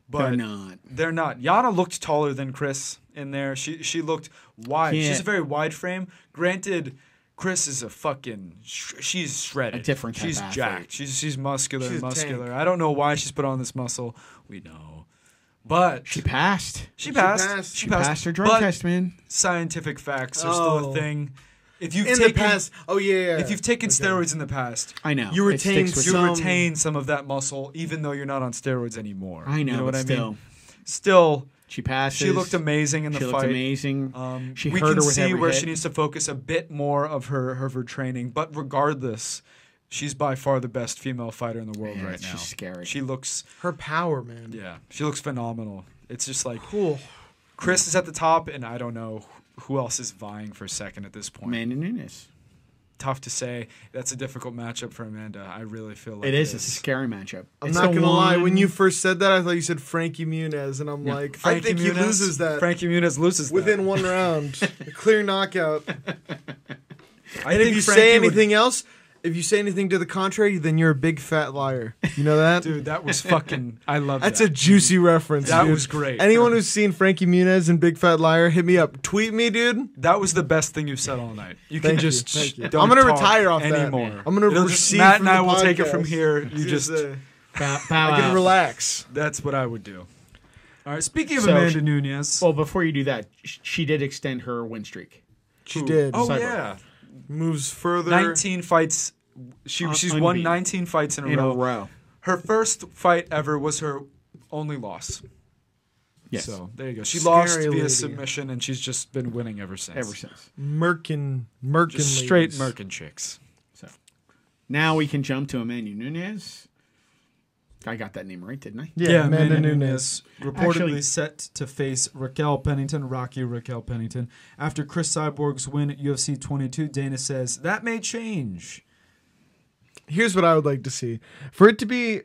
D: but
E: They're not.
D: They're not. Yana looked taller than Chris in there. She she looked wide.
E: Yeah.
D: She's a very wide frame. Granted, Chris is a fucking. sh- She's shredded.
E: different type
D: She's
E: of athlete.
D: jacked. She's she's muscular,
C: She's a
D: muscular. I don't know why she's put on this muscle. We know, but
E: She
D: she,
E: passed.
D: passed.
C: passed.
D: She
E: She
D: passed.
E: passed her drug
D: but
E: test, man.
D: Scientific facts are still
C: Oh.
D: a thing. If you've
C: In
D: taken
C: the past. Oh yeah. yeah,
D: if
C: yeah.
D: you've taken steroids in the past,
E: I know.
C: You
E: It
C: retain
E: sticks with
D: you
E: you.
C: some-
D: retain some of that muscle, even though you're not on steroids anymore.
E: I know,
D: You know what
E: but
D: I
E: still.
D: mean? Still,
E: She passes.
D: she looked amazing in the
E: She looked
D: fight.
E: amazing.
D: Um,
E: she
D: we
E: hurt
D: can
E: her with
D: see
E: every
D: where
E: hit.
D: she needs to focus a bit more of her, her of her training, but regardless, she's by far the best female fighter in the world
E: Yeah,
D: right
E: she's
D: now.
E: scary.
D: She looks,
C: her power, man.
D: yeah, she looks phenomenal. It's just like
C: Cool.
D: Chris is at the top, and I don't know who else is vying for second at this point.
E: Amanda Nunes.
D: Tough to say. That's a difficult matchup for Amanda. I really feel like
E: It is. It's a
D: This.
E: scary matchup.
C: I'm
E: It's
C: not
E: the
C: gonna lie. When
E: one-
C: you first said that, I thought you said Frankie Muniz, and I'm like, I think he loses that
D: Frankie Muniz loses that.
C: within one round, a clear knockout.
D: I
C: And if
D: think
C: you
D: Frankie
C: say
D: would-
C: anything else, if you say anything to the contrary, then you're a big fat liar. You know that?
D: dude, that was fucking. I love
C: That's
D: that.
C: a juicy reference.
D: That
C: dude.
D: was great.
C: Anyone who's seen Frankie Muniz and Big Fat Liar, hit me up. Tweet me, dude.
D: That was the best thing you've said all night. You
C: Thank
D: can
C: you,
D: just.
C: thank you.
D: don't
C: I'm gonna
D: talk
C: retire off that.
D: anymore.
C: I'm gonna
D: It'll just-
C: recede
D: Matt
C: from
D: and I
C: the
D: will take it
C: podcast.
D: from here. You just.
C: uh,
E: Bow, bow
C: I can
E: out.
C: relax.
D: that's what I would do. All right. Speaking of
E: So
D: Amanda
E: she-
D: Nunez.
E: Well, before you do that, sh- she did extend her win streak.
C: She
D: who-
C: did.
D: Oh
E: Cyborg.
D: yeah.
C: Moves further.
D: 19 fights. She
E: Un-
D: she's won
E: unbeaten.
D: 19 fights in a
E: In a
D: row.
E: row.
D: Her first fight ever was her only loss.
E: Yes.
D: So there you go. She
C: Scary
D: lost via
C: lady.
D: submission, and she's just been winning ever since.
E: Ever since.
C: Merkin. Merkin.
D: Just straight
C: ladies.
D: Merkin chicks.
E: Now we can jump to Amanda Nunes. I got that name right, didn't I?
C: Yeah, Amanda, Nunes.
D: reportedly
E: Actually-
D: set to face Raquel Pennington, Rocky Raquel Pennington. After Chris Cyborg's win at UFC 22, Dana says that may change.
C: here's what I would like to see for it to be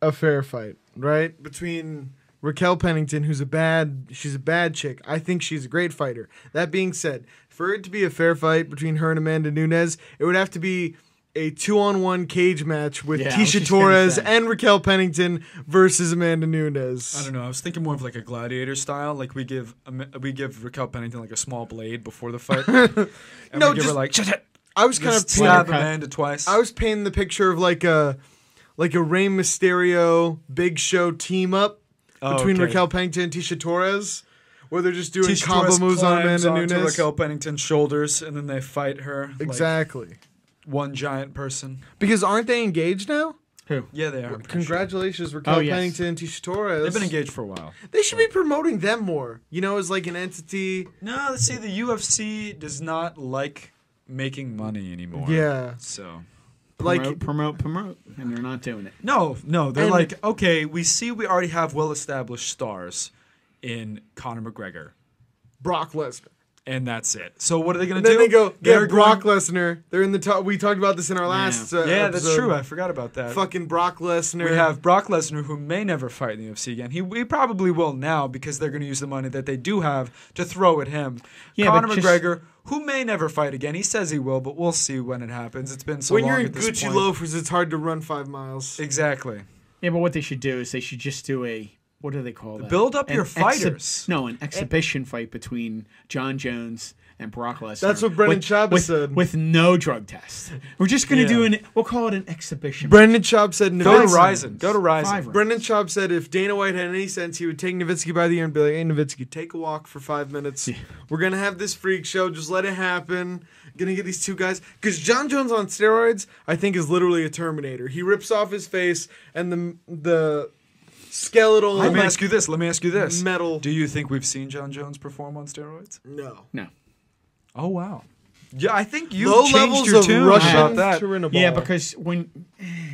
C: a fair fight, right? Between Raquel Pennington, who's a bad, she's a bad chick. I think she's a great fighter. That being said, for it to be a fair fight between her and Amanda Nunes, it would have to be a two-on-one cage match with
E: Yeah, I was
C: Tisha
E: just gonna
C: Torres
E: say.
C: and Raquel Pennington versus Amanda Nunes.
D: I don't know. I was thinking more of like a gladiator style. Like we give um, we give Raquel Pennington like a small blade before the fight. and
C: No,
D: we give her
C: just-
D: like
C: I was kind of
D: just
C: painting,
D: slap Amanda twice.
C: I was painting the picture of like a like a Rey Mysterio Big Show team up
D: Oh,
C: between
D: okay.
C: Raquel Pennington and Tisha Torres, where they're just doing
D: Tisha
C: combo
D: Torres
C: moves on
D: climbs
C: Amanda
D: onto
C: Nunes.
D: Raquel Pennington's shoulders, and then they fight her like
C: exactly.
D: one giant person.
C: because aren't they engaged now?
E: Who?
D: Yeah, they are. I'm pretty sure.
C: Congratulations, Raquel
E: Oh, yes.
C: Pennington and Tisha Torres.
D: They've been engaged for a while.
C: They should be promoting them more. You know, as like an entity.
D: No, let's see. The UFC does not like making money anymore.
C: Yeah.
D: So.
C: Like
E: promote, promote, promote, and they're not doing it.
D: No, no. They're
C: And-
D: like, okay, we see we already have well established stars in Conor McGregor,
C: Brock Lesnar.
D: and that's it. So what are they going
C: And
D: to do?
C: then they go
D: They're
C: get Brock
D: going-
C: Lesnar. They're in the top. We talked about this in our last. Uh,
D: yeah, that's
C: episode.
D: true. I forgot about that.
C: Fucking Brock Lesnar.
D: We have Brock Lesnar, who may never fight in the UFC again. He, he probably will now because they're going to use the money that they do have to throw at him.
E: Yeah, but
D: Conor
E: just-
D: McGregor, who may never fight again. He says he will, but we'll see when it happens. It's been so
C: when
D: long
C: you're in
D: at this
C: Gucci
D: point.
C: loafers, it's hard to run five miles.
D: Exactly.
E: Yeah, but what they should do is they should just do a what do they call that?
D: Build up your
E: exhi-
D: fighters.
E: no, an exhibition fight between John Jones and Brock Lesnar.
C: That's what Brendan
E: with,
C: Schaub
E: with,
C: said.
E: With no drug test, we're just gonna
D: Yeah.
E: do an. We'll call it an exhibition.
C: Brendan Schaub said
D: Go to
C: Nowitzki.
D: Ryzen. Go to Ryzen.
E: Five rounds.
C: Brendan Schaub said if Dana White had any sense, he would take Nowitzki by the ear and be like, "Hey, Nowitzki, take a walk for five minutes. We're gonna have this freak show. Just let it happen. Gonna get these two guys because John Jones on steroids, I think, is literally a Terminator. He rips off his face and the the skeletal.
D: Let me ask you this. Let me ask you this.
C: Metal.
D: Do you think we've seen John Jones perform on steroids?
C: no.
E: no.
D: Oh wow. Yeah, I think you
C: Low
D: changed
C: levels
D: your
C: of
D: tune about
C: Russian
D: that.
C: Turinabol.
E: Yeah, because when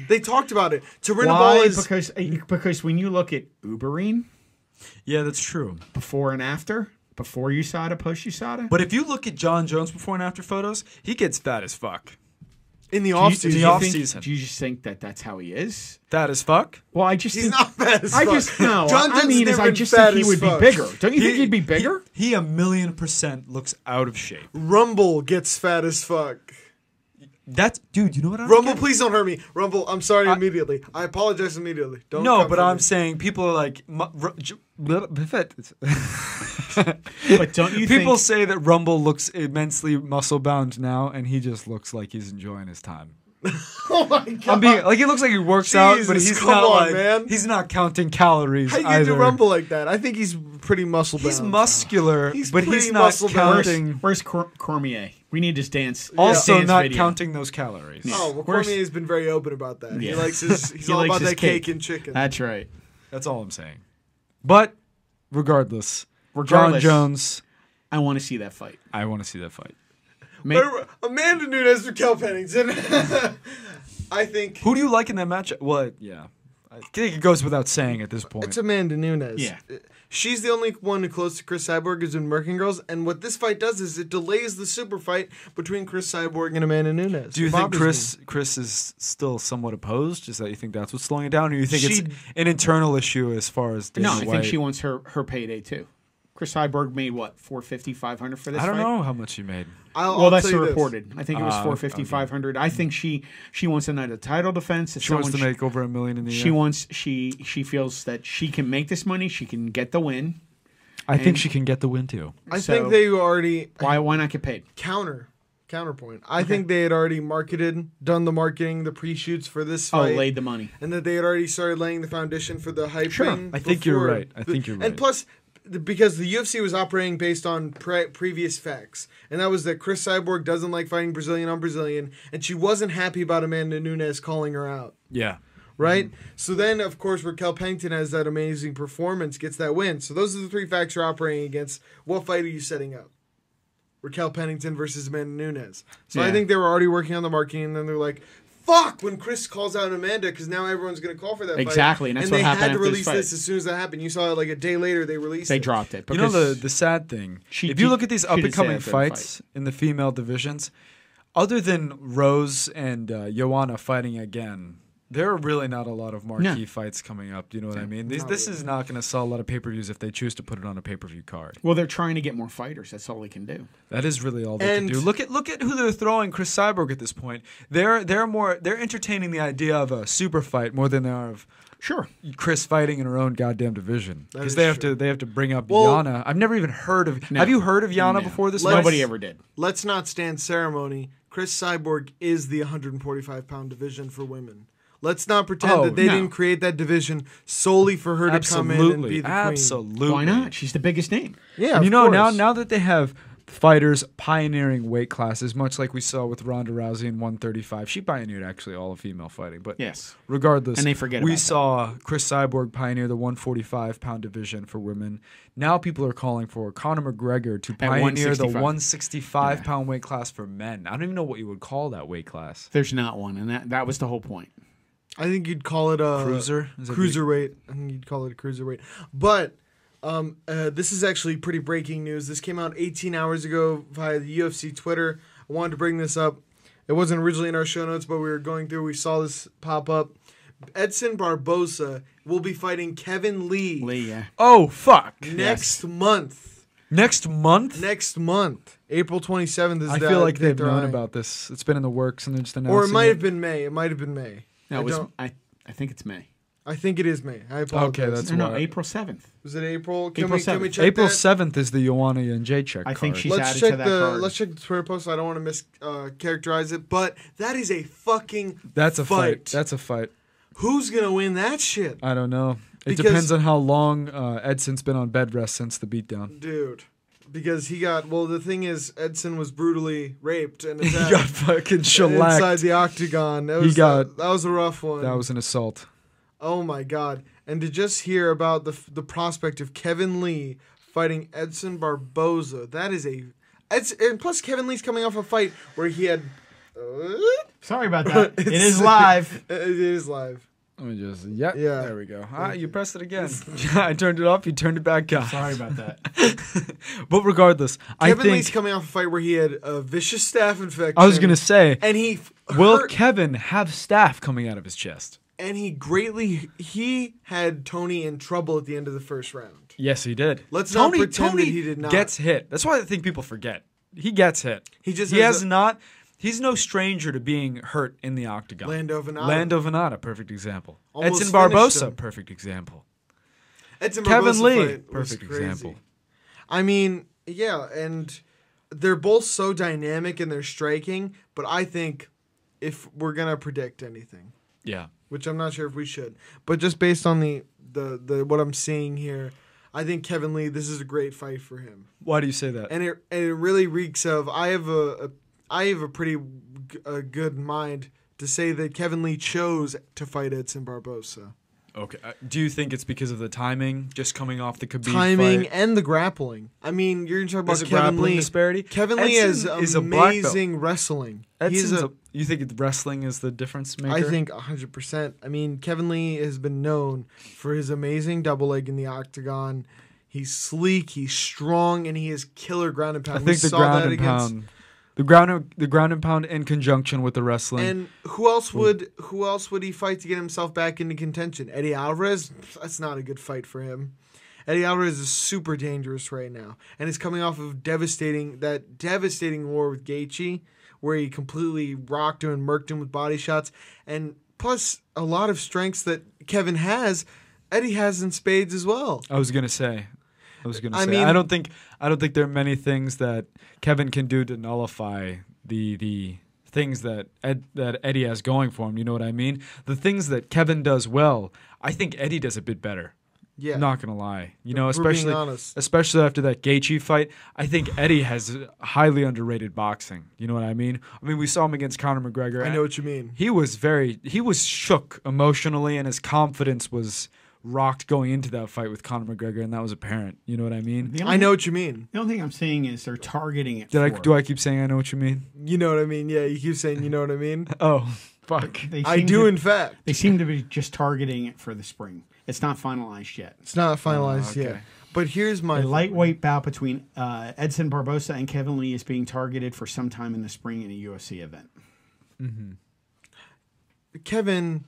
C: they talked about it. Turinabol
E: why?
C: is
E: Because because when you look at Uberine
D: Yeah, that's true.
E: before and after, before USADA, post USADA,
D: But if you look at John Jones before and after photos, he gets fat as fuck.
C: in the
E: do you, do
C: offseason.
E: you
D: off
E: think-
D: season.
E: do you just think that that's how he is?
D: Fat as fuck.
E: Well, I just
C: He's
E: think,
C: not fat as
E: I
C: fuck.
E: just no.
C: John
E: I
C: Jones
E: mean, is
C: never
E: I
C: been
E: just think
C: fat
E: he
C: as
E: would
C: fuck.
E: be bigger. Don't you think he'd be bigger?
D: He, he a million percent looks out of shape.
C: Rumble gets fat as fuck.
D: That's dude. You know what I'm
C: Rumble, please don't hurt me. Rumble, I'm sorry immediately. I apologize immediately. Don't.
D: No,
C: come
D: but
C: for
D: I'm
C: me.
D: saying people are like. mu- ru- j- blah, blah, blah,
E: But don't you
D: People
E: think
D: say that Rumble looks immensely muscle bound now, and he just looks like he's enjoying his time.
C: Oh my god.
D: I'm being like he looks like he works out, but
C: Jesus,
D: he's
C: come
D: not
C: on,
D: like
C: man.
D: he's not counting calories
C: How you gonna
D: either.
C: do Rumble like that? I think he's pretty muscle bound.
D: He's muscular,
C: He's
D: but he's
C: pretty
D: not
C: muscle-bound.
E: where's,
D: counting.
E: where's Cor- Cormier? We need his dance.
D: Also,
E: dance
D: not
E: video.
D: counting those calories.
C: Oh, well,
E: Where's-
C: Cormier's been very open about that. He
E: Yeah.
C: likes his. He's
E: He
C: all
E: likes
C: about
E: his
C: that cake. and chicken.
E: That's right.
D: That's all I'm saying. But regardless,
E: Regardless.
D: John Jones,
E: I want to see that fight.
D: I want to see that fight.
E: Make,
C: Or Amanda Nunes or Kel Pennington. I think
D: Who do you like in that matchup? Well, yeah, I think it goes without saying at this point.
C: it's Amanda Nunes. Uh,
E: Yeah.
C: She's the only one who close to Chris Cyborg is in Merkin Girls, and what this fight does is it delays the super fight between Chris Cyborg and Amanda Nunes.
D: do you think
C: Bobby's
D: Chris Chris is still somewhat opposed? Is that you think that's what's slowing it down, or you think
C: She-
D: it's an internal issue as far as Dana
E: no, I
D: White?
E: think she wants her her payday too. Chris Heiberg made what 450 500 for this
D: I don't
E: fight?
D: know Ah, how much he made.
C: I'll,
E: Well,
C: I'll
E: that's
C: tell you this.
E: reported. I think it was 450 500. I think she she wants another title defense. If
D: She wants to
E: someone-
D: make over a million in the
E: She
D: year.
E: wants she she feels that she can make this money. She can get the win.
D: I think
E: and-
D: she can get the win too.
C: I
E: So-
C: think they already
E: Why why not get paid?
C: counter counterpoint. I think they had already marketed, done the marketing, the pre-shoots for this
E: Oh,
C: fight,
E: laid the money.
C: and that they had already started laying the foundation for the hype.
E: Sure.
C: ring
D: I think you're
C: before
D: right. I
C: the-
D: think you're right.
C: And plus, th- because the UFC was operating based on pre- previous facts, and that was that Chris Cyborg doesn't like fighting Brazilian on Brazilian, and she wasn't happy about Amanda Nunes calling her out.
D: Yeah.
C: right?
E: Mm-hmm.
C: So then, of course, Raquel Pennington has that amazing performance, gets that win. So those are the three facts you're operating against. What fight are you setting up? Raquel Pennington versus Amanda Nunes. So I
E: Yeah.
C: think they were already working on the marketing, and then they're like, "Fuck!" When Chris calls out Amanda, because now everyone's going to call for that. fight.
E: Exactly, and that's
C: and
E: what
C: they
E: happened
C: had to
E: after this
C: release
E: fight.
C: this as soon as that happened. You saw it like a day later. They released.
E: They
C: it.
E: dropped it.
D: You know
E: Because
D: the the sad thing.
E: She
D: if you
E: did-
D: look at these
E: she
D: up
E: did
D: and
E: say
D: coming
E: that for the fight.
D: fights in the female divisions, other than Rose and uh, Joanna fighting again, there are really not a lot of marquee fights coming up. You know what I mean? These, this is not going to sell a lot of pay per views if they choose to put it on a pay per view card.
E: well, they're trying to get more fighters. That's all they can do.
D: That is really all they
C: And-
D: can do. Look at look at who they're throwing Chris Cyborg at this point. They're they're more they're entertaining the idea of a super fight more than they are of
E: Sure.
D: Chris fighting in her own goddamn division because
C: is
D: they have
C: true.
D: to they have to bring up
C: Well-
D: Yana. I've never even heard of. Have you heard of Yana
E: No.
D: before this?
C: Let's-
E: Nobody
D: fight?
E: ever did.
C: Let's not stand ceremony. Chris Cyborg is the 145 pound division for women. Let's not pretend
D: Oh,
C: that they
E: no.
C: didn't create that division solely for her to come in and be
D: Absolutely,
C: the queen.
D: absolutely.
E: Why not? She's the biggest name.
C: Yeah,
D: And
C: of
D: you know now
C: course.
D: now that they have fighters pioneering weight classes, much like we saw with Ronda Rousey in 135. She pioneered actually all of female fighting, but
E: Yes.
D: Regardless,
E: And they forget
D: we
E: about that.
D: saw Chris Cyborg pioneer the 145 pound division for women. Now people are calling for Conor McGregor to pioneer the
E: 165.
D: 165 pound weight class for men. I don't even know what you would call that weight class.
E: There's not one, and that that was the whole point.
C: I think you'd call it a
D: Cruiser? Is it
C: cruiserweight. I think you'd call it a cruiserweight. But Um, uh, this is actually pretty breaking news. This came out 18 hours ago via the UFC Twitter. I wanted to bring this up. It wasn't originally in our show notes, but we were going through. We saw this pop up. Edson Barbosa will be fighting Kevin Lee,
E: Lee, yeah.
D: Oh fuck!
C: next month.
D: Next month.
C: Next month, April 27th is.
D: I
C: the
D: feel like
C: date
D: they've
C: they're
D: known
C: eyeing.
D: about this. It's been in the works, and they're just announcing.
C: Or it might have
D: it.
C: been May. It might have been May.
E: No,
C: I
E: it was
C: don't-
E: I. I think it's May.
C: I think it is May. I apologize.
D: that's
E: No, no,
D: why-
E: April seventh.
C: Was it April? Can
E: April
C: we can we
E: 7th.
C: check
D: April
C: that?
D: seventh is the Joanna and Jacek.
E: I think
D: card.
E: she's-
C: Let's
E: added
C: check
E: to that
C: the
E: card.
C: let's check the Twitter post. I don't want to mis uh, characterize it, but that is a fucking
D: That's a
C: fight.
D: fight. That's a fight.
C: Who's gonna win that shit,
D: I don't know. It
C: Because-
D: depends on how long uh, Edson's been on bed rest since the beatdown.
C: dude? Because he got well. The thing is, Edson was brutally raped and
D: he
C: attacked
D: got fucking shellacked.
C: inside the octagon. That
D: He
C: was
D: got-
C: that was a rough one.
D: That was an assault.
C: Oh my god! And to just hear about the the prospect of Kevin Lee fighting Edson Barboza, that is a. It's, and plus, Kevin Lee's coming off a fight where he had.
E: Sorry about that. it is
C: It's-
E: live.
C: It is live.
D: Let me just. Yeah.
C: Yeah.
D: There we go. Ah, you pressed it again. I turned it off. You turned it back on.
E: Sorry about that.
D: But regardless, I
C: Kevin
D: think
C: Lee's coming off a fight where he had a vicious staph infection.
D: I was gonna say,
C: and he f-
D: will
C: hurt-
D: Kevin have staff coming out of his chest?
C: and he greatly he had Tony in trouble at the end of the first round.
D: Yes, he did.
C: Let's not
D: Tony.
C: pretend
D: Tony
C: that he did not.
D: gets hit. That's why I think people forget. He gets hit.
C: He just
D: he
C: has
D: has
C: a-
D: not. He's no stranger to being hurt in the octagon.
C: Lando Venata.
D: Lando Venata, perfect example.
C: Almost
D: Edson
C: finished
D: Barbosa,
C: him.
D: perfect example.
C: Edson
D: Kevin
C: Barbosa
D: Lee,
C: fight was
D: perfect
C: crazy.
D: example.
C: I mean, yeah, and they're both so dynamic and they're striking, but I think if we're gonna predict anything,
D: Yeah.
C: which I'm not sure if we should, but just based on the the, the what I'm seeing here, I think Kevin Lee, this is a great fight for him.
D: Why do you say that?
C: and it and it really reeks of I have a, a I have a pretty g- a good mind to say that Kevin Lee chose to fight Edson Barbosa.
D: okay. uh, Do you think it's because of the timing, just coming off the Khabib
C: Timing
D: fight?
C: and the grappling. I mean, you're talking about
D: There's a
C: Kevin
D: grappling
C: Lee.
D: disparity.
C: Kevin Lee has
D: Edson is a black belt.
C: amazing wrestling.
D: Edson's
C: He's a,
D: a- you think wrestling is the difference maker?
C: I think 100%. I mean, Kevin Lee has been known for his amazing double leg in the octagon. He's sleek, he's strong, and he is killer ground and
D: I
C: pound. We
D: think the
C: saw
D: ground
C: that
D: and
C: against
D: pound, the ground the ground and pound in conjunction with the wrestling.
C: And who else would who else would he fight to get himself back into contention? Eddie Alvarez? That's not a good fight for him. Eddie Alvarez is super dangerous right now, and is coming off of devastating that devastating war with Gaethje, where he completely rocked him and murked him with body shots, and plus a lot of strengths that Kevin has. Eddie has in spades as well.
D: I was gonna say, I was gonna
C: I
D: say,
C: mean-
D: I don't think I don't think there are many things that Kevin can do to nullify the the things that Ed, that Eddie has going for him. You know what I mean? The things that Kevin does well, I think Eddie does a bit better.
C: Yeah,
D: Not gonna lie, you know,
C: If we're being
D: especially
C: honest.
D: especially after that Gaethje fight, I think Eddie has highly underrated boxing. You know what I mean? I mean, we saw him against Conor McGregor.
C: I know what you mean.
D: He was very he was shook emotionally and his confidence was rocked going into that fight with Conor McGregor and that was apparent. You know what I mean?
E: The only,
C: I know what you mean.
E: The only thing I'm seeing is they're targeting it.
D: Did I
E: for-
D: do I keep saying I know what you mean?
C: You know what I mean. Yeah, you keep saying you know what I mean.
D: Oh, fuck.
E: They
C: I
E: seem
C: do,
E: to-
C: in fact.
E: They seem to be just targeting it for the spring. It's not finalized yet.
C: It's not finalized yet.
D: Ah, okay.
C: But here's my
E: A lightweight bout between uh, Edson Barbosa and Kevin Lee is being targeted for sometime in the spring in a UFC event.
C: Kevin,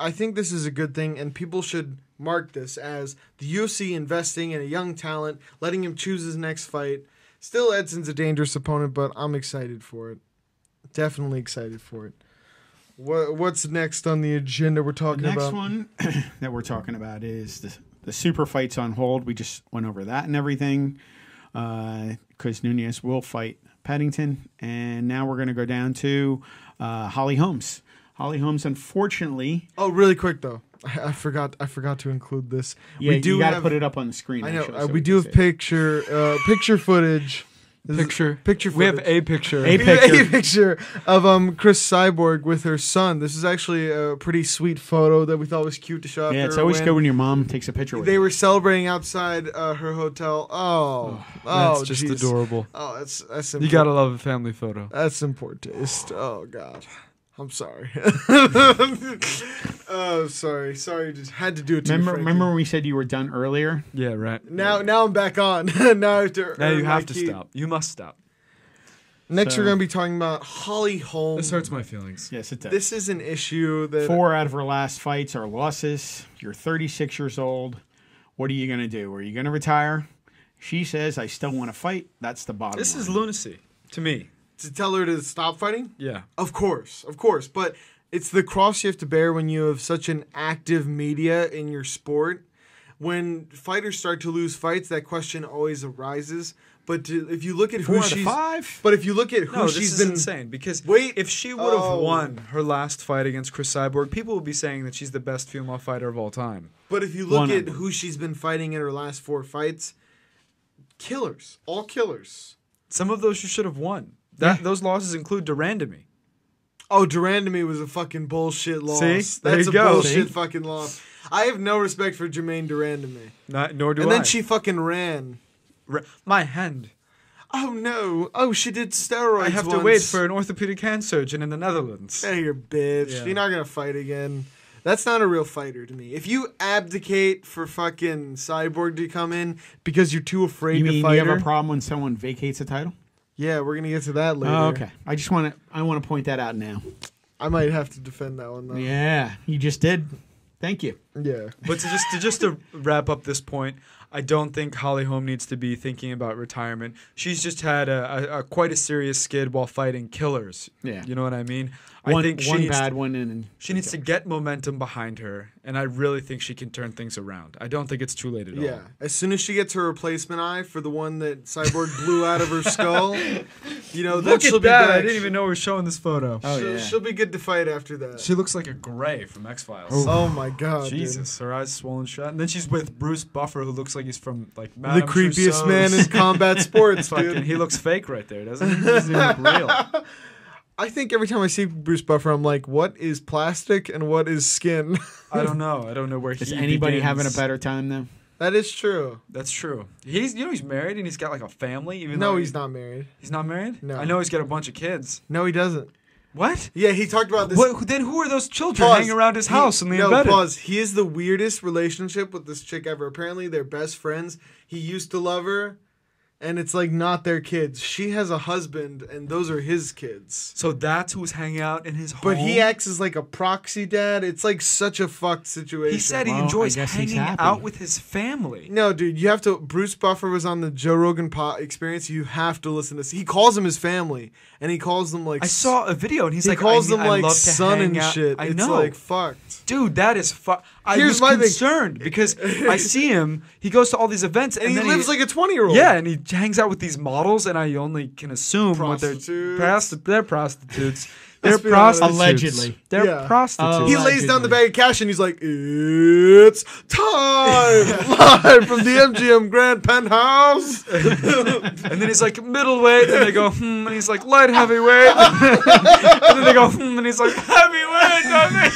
C: I think this is a good thing, and people should mark this as the UFC investing in a young talent, letting him choose his next fight. Still, Edson's a dangerous opponent, but I'm excited for it. Definitely excited for it. What What's next on the agenda we're talking
E: Next
C: about?
E: one that we're talking about is the, the super fights on hold. We just went over that and everything because Nunez will fight Paddington. And now we're going to go down to uh, Holly Holmes. Holly Holmes, unfortunately,
C: Oh, really quick though, I, I forgot. I forgot to include this.
E: yeah,
C: we do
E: you got to
C: have-
E: put it up on the screen.
C: I know
E: actually,
C: uh,
E: so
C: we do
E: can
C: have
E: see it.
C: picture uh, picture footage. This is-
D: Picture.
C: picture.
D: We have
C: footage.
D: a picture.
E: A
C: We
E: picture.
C: made a picture of um Chris Cyborg with her son. This is actually a pretty sweet photo that we thought was cute to show.
E: Yeah,
C: after
E: it's
C: her
E: always
C: win.
E: good when your mom takes a picture with
C: They
E: you.
C: were celebrating outside uh, her hotel. Oh, oh,
D: That's just
C: geez.
D: adorable.
C: Oh, that's that's
D: You
C: important.
D: got to love a family photo.
C: that's in poor taste. Oh God, I'm sorry. oh, sorry, sorry. Just had to do it. To you,
E: Remember,
C: Frankie.
E: remember when we said you were done earlier?
D: Yeah, right.
C: Now, now I'm back on. now I have to.
D: Now
C: earn
D: you
C: my
D: have to
C: keep.
D: stop. You must stop.
C: Next, we're
E: So-
C: going to be talking about Holly Holm.
D: This hurts my feelings.
E: Yes, it does.
C: This is an issue that
E: Four out of her last fights are losses. You're 36 years old. What are you going to do? Are you going to retire? She says, I still want to fight. That's the bottom
D: This
E: line.
D: is lunacy to me.
C: to tell her to stop fighting.
D: Yeah.
C: Of course, of course, but it's the cross you have to bear when you have such an active media in your sport. When fighters start to lose fights, that question always arises. But to, if you look at who
D: Four out of
C: she's,
D: five?
C: but if you look at who
D: No, this
C: she's
D: is
C: been,
D: insane because
C: Wait.
D: if she would have
C: Oh.
D: won her last fight against Chris Cyborg, people would be saying that she's the best female fighter of all time.
C: but if you look
E: One of
C: at
E: them.
C: who she's been fighting in her last four fights, killers, all killers.
D: Some of those she should have won. That those losses include Durandamy.
C: Oh, Durand to me was a fucking bullshit loss.
D: See?
C: That's
D: There you
C: a
D: go.
C: bullshit
D: See?
C: fucking loss. I have no respect for Jermaine Durand to me.
D: Not, nor do
C: And
D: I.
C: then she fucking ran.
D: Ra- my hand.
C: Oh no! Oh, she did steroids.
D: I have to
C: once.
D: wait for an orthopedic hand surgeon in the Netherlands.
C: Hey, you bitch!
D: Yeah.
C: You're not gonna fight again. That's not a real fighter to me. If you abdicate for fucking Cyborg to come in because you're too afraid
E: You
C: to
E: mean
C: fight
E: you have
C: her,
E: a problem when someone vacates a title?
C: yeah, we're gonna get to that later.
E: Oh, okay. I just want to. I want to point that out now.
C: I might have to defend that one though. Yeah.
E: Yeah, you just did. Thank you.
D: But to just to just to wrap up this point, I don't think Holly Holm needs to be thinking about retirement. She's just had a, a, a quite a serious skid while fighting killers.
E: Yeah.
D: you know what I mean. I
E: One,
D: think she
E: one
D: needs to-
E: bad one, and
D: She needs to get momentum behind her, and I really think she can turn things around. I don't think it's too late at all.
C: Yeah. As soon as she gets her replacement eye for the one that Cyborg blew out of her skull, you know, then
D: Look
C: she'll
D: at
C: be
D: that! I
C: back.
D: didn't even know we were showing this photo.
E: Oh,
C: she'll,
E: yeah.
C: she'll be good to fight after that.
D: She looks like a Gray from X Files.
C: oh my god. dude.
D: Jesus, her eyes swollen shut, and then she's with Bruce Buffer, who looks like he's from like
C: The
D: Madame
C: creepiest man in
D: Tussauds.
C: combat sports,
D: Fucking,
C: dude.
D: he looks fake right there, doesn't he? He doesn't even look real.
C: I think every time I see Bruce Buffer, I'm like, what is plastic and what is skin?
D: I don't know. I don't know where
E: Is
D: he
E: anybody
D: begins.
E: having a better time though?
C: that is true.
D: That's true. He's you know he's married and he's got like a family. Even
C: No,
D: though
C: he's not married.
D: He's not married.
C: No.
D: I know he's got a bunch of kids.
C: No, he doesn't.
D: What?
C: Yeah, he talked about this.
D: What? Then who are those children
C: Pause.
D: hanging around his
C: He-
D: house in the
C: no,
D: embedded?
C: pause. He is the weirdest relationship with this chick ever. Apparently, they're best friends. He used to love her, and it's like not their kids. She has a husband, and those are his kids.
D: So that's who's hanging out in his home.
C: But he acts as like a proxy dad. It's like such a fucked situation.
D: He said he
E: Well, I
D: enjoys
E: guess he's
D: hanging
E: happy.
D: out with his family.
C: No, dude, you have to. Bruce Buffer was on the Joe Rogan po- experience. You have to listen to. this. He calls him his family, and he calls them like
D: I saw a video and he's
C: He
D: like,
C: calls
D: I,
C: them
D: I
C: like
D: love to
C: son
D: hang
C: and
D: out.
C: shit.
D: I
C: it's
D: know,
C: like fucked.
D: dude, that is fu- I
C: Here's
D: was
C: my thing.
D: concerned because I see him. He goes to all these events and,
C: And,
D: then
C: he lives like a twenty year old.
D: yeah, and he hangs out with these models, and I only can assume what they're
C: Prostitutes.
D: prosti- they're prostitutes. They're
C: be honest.
D: prostitutes.
E: Allegedly.
D: they're
C: Yeah. Um,
D: prostitutes.
C: He lays down the bag of cash and he's like, "It's time!" Live from the MGM Grand Penthouse.
D: And then he's like middleweight, and they go hmm, and he's like light heavyweight, and then they go hmm, and he's like heavyweight.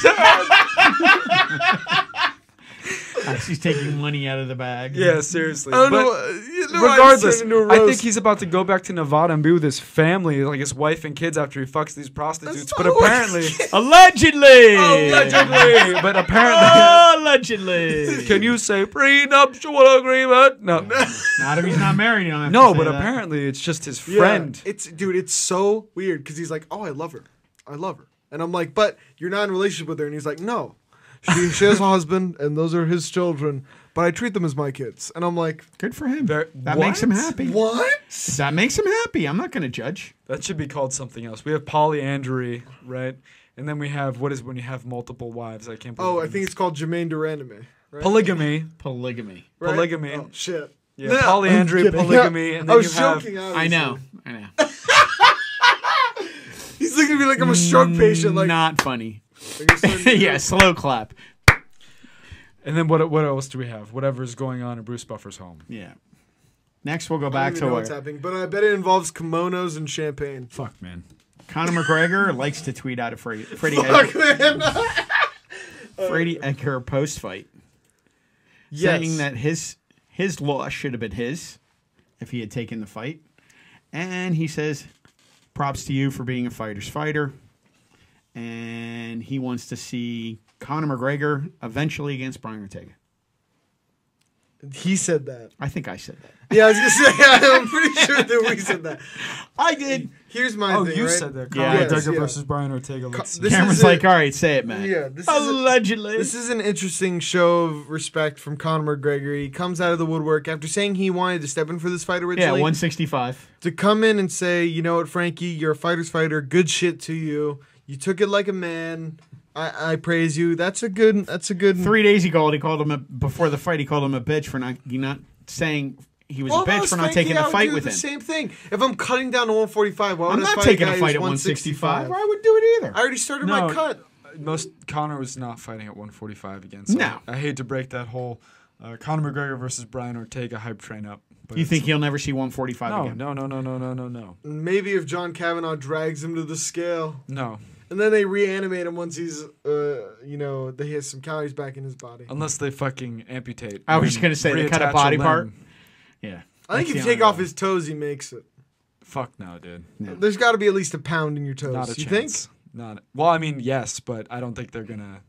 D: heavyweight."
E: She's taking money out of the bag.
D: yeah, seriously.
C: I don't
D: But
C: know. uh, You know
D: regardless,
C: I,
D: I think he's about to go back to Nevada and be with his family, like his wife and kids, after he fucks these prostitutes. But
C: not what-
D: apparently,
E: Allegedly.
D: allegedly, but apparently,
E: Allegedly.
D: can you say prenuptial agreement? No,
E: not if he's not married. You don't have
D: no.
E: to say
D: But
E: that.
D: apparently, it's just his friend.
C: It's dude. It's so weird because he's like, "Oh, I love her. I love her," and I'm like, "But you're not in a relationship with her," and he's like, "No." She, she has a husband, and those are his children, but I treat them as my kids. And I'm like,
E: good for him.
D: Ver-
E: that makes him
D: what?
E: happy.
C: what?
E: That makes him happy. I'm not going to judge.
D: That should be called something else. We have polyandry, right? And then we have what is when you have multiple wives. I can't. Believe
C: Oh, I
D: I'm-
C: think it's called Jermaine Durandame. Right?
D: polygamy.
E: Polygamy.
C: Right?
D: polygamy.
C: Oh, shit.
D: Yeah, polyandry,
C: I'm kidding.
D: polygamy, and then
C: I was
D: you have-
C: joking,
E: I
C: obviously.
E: know. I know.
C: He's looking at me like I'm a
D: Mm,
C: stroke patient. Like,
E: not funny.
C: like, you're starting to-
E: yeah, slow clap.
D: And then what? What else do we have? Whatever's going on in Bruce Buffer's home.
E: Yeah. Next, we'll go
C: I
E: back
C: don't even
E: to
C: know what's
E: where
C: happening, but I bet it involves kimonos and champagne.
D: Fuck, man.
E: Conor McGregor likes to tweet out a Freddy, Freddy,
C: Fuck,
E: Edgar,
C: man.
E: Freddy Edgar post fight,
C: Yes.
E: saying that his his loss should have been his if he had taken the fight, and he says, "Props to you for being a fighter's fighter." and he wants to see Conor McGregor eventually against Brian Ortega.
C: He said that.
E: I think I said that.
C: Yeah, I was gonna say. I'm pretty sure that we said that.
E: I did.
C: Here's my
D: Oh,
C: thing.
D: you
C: right?
D: said that.
E: Yeah.
D: Conor
E: Yes,
D: McGregor
C: yeah.
D: versus Brian Ortega. Let's
C: this
D: see.
E: Cameron's
C: is a-
E: like, all right, say it, man.
C: Yeah, this is a-
E: Allegedly.
C: This is an interesting show of respect from Conor McGregor. He comes out of the woodwork after saying he wanted to step in for this fight
E: yeah,
C: originally.
E: 165.
C: to come in and say, you know what, Frankie, you're a fighter's fighter. Good shit to you. You took it like a man. I, I praise you. That's a good. That's a good.
E: Three days he called. He called him a, before the fight. He called him a bitch for not you not saying he was
C: Well,
E: a
C: if I
E: bitch
C: was
E: for not
C: Frankie,
E: taking the
C: I would
E: fight
C: do
E: with
C: the
E: him.
C: Same thing. If I'm cutting down to 145, why would
E: I'm
C: I
E: not
C: fight
E: taking
C: guy
E: a
C: who's
E: fight at 165.
C: 165?
E: I would do it either.
C: I already started
D: No,
C: my cut.
D: most Connor was not fighting at 145 again. So
E: No.
D: I, hate to break that whole uh, Conor McGregor versus Brian Ortega hype train up. But
E: you
D: it's-
E: think he'll never see 145
D: No,
E: again?
D: no, no, no, no, no, no, no,
C: Maybe if John Kavanaugh drags him to the scale,
D: no.
C: and then they reanimate him once he's, uh, you know, that he has some calories back in his body.
D: Unless they fucking amputate.
E: I was
D: and
E: just gonna say they cut a
D: reattach
E: body
D: limb.
E: part. Yeah.
C: I
E: That's
C: think if you
E: the
C: take
E: only
C: off
E: way.
C: his toes, he makes it.
D: Fuck no, dude.
C: There's got to be at least a pound in your toes.
D: Not a
C: you
D: chance.
C: think?
D: Not well. I mean, yes, but I don't think they're gonna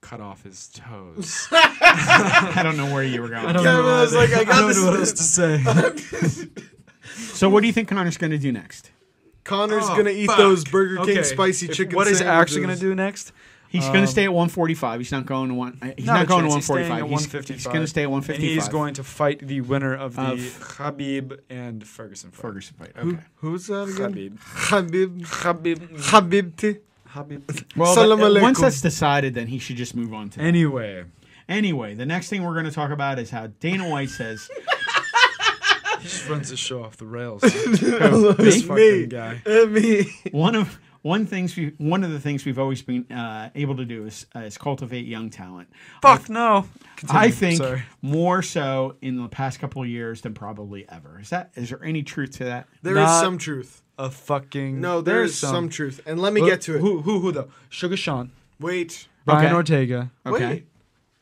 D: cut off his toes.
E: I don't know where you were going.
C: know what I was like, I got
D: don't
C: this-
D: know what else to say.
E: So what do you think Connor's going to do next?
C: Connor's
D: Oh,
C: gonna eat
D: fuck.
C: those Burger King
D: Okay.
C: spicy
D: If-
C: chicken.
D: What is he actually gonna
C: sandwiches.
D: do next?
E: He's going to stay at 145. He's not going to one. uh, He's
D: Um, Not
E: not,
D: a
E: going to
D: chance. He's staying
E: 145.
D: at
E: He's,
D: 155.
E: he's going to stay at 155.
D: And he's going to fight the winner of the
E: Of-
D: Khabib and Ferguson fight.
E: Ferguson fight. Okay.
C: Who's that again?
D: Khabib.
C: Habib.
D: Khabib.
C: Habibti.
D: Khabib.
E: Well,
C: Salam
E: that- once
C: alaikum.
E: that's decided, then he should just move on to.
D: Anyway,
E: Anyway, the next thing we're going to talk about is how Dana White says,
D: he just runs his show off the rails.
C: It's
D: fucking
C: me.
D: guy.
C: Eh, Me.
E: one of one things we one of the things we've always been uh, able to do is uh, is cultivate young talent.
D: Fuck no.
E: I
D: Continue,
E: think
D: sorry.
E: more so in the past couple of years than probably ever. Is that is there any truth to that?
C: There is
D: Not-
C: some truth.
D: a fucking.
C: No, there is some. truth. And let me get to it.
D: Who who who though? Sugar Sean,
C: Wait.
D: Brian
E: Okay.
D: Ortega.
E: Okay.
C: Wait.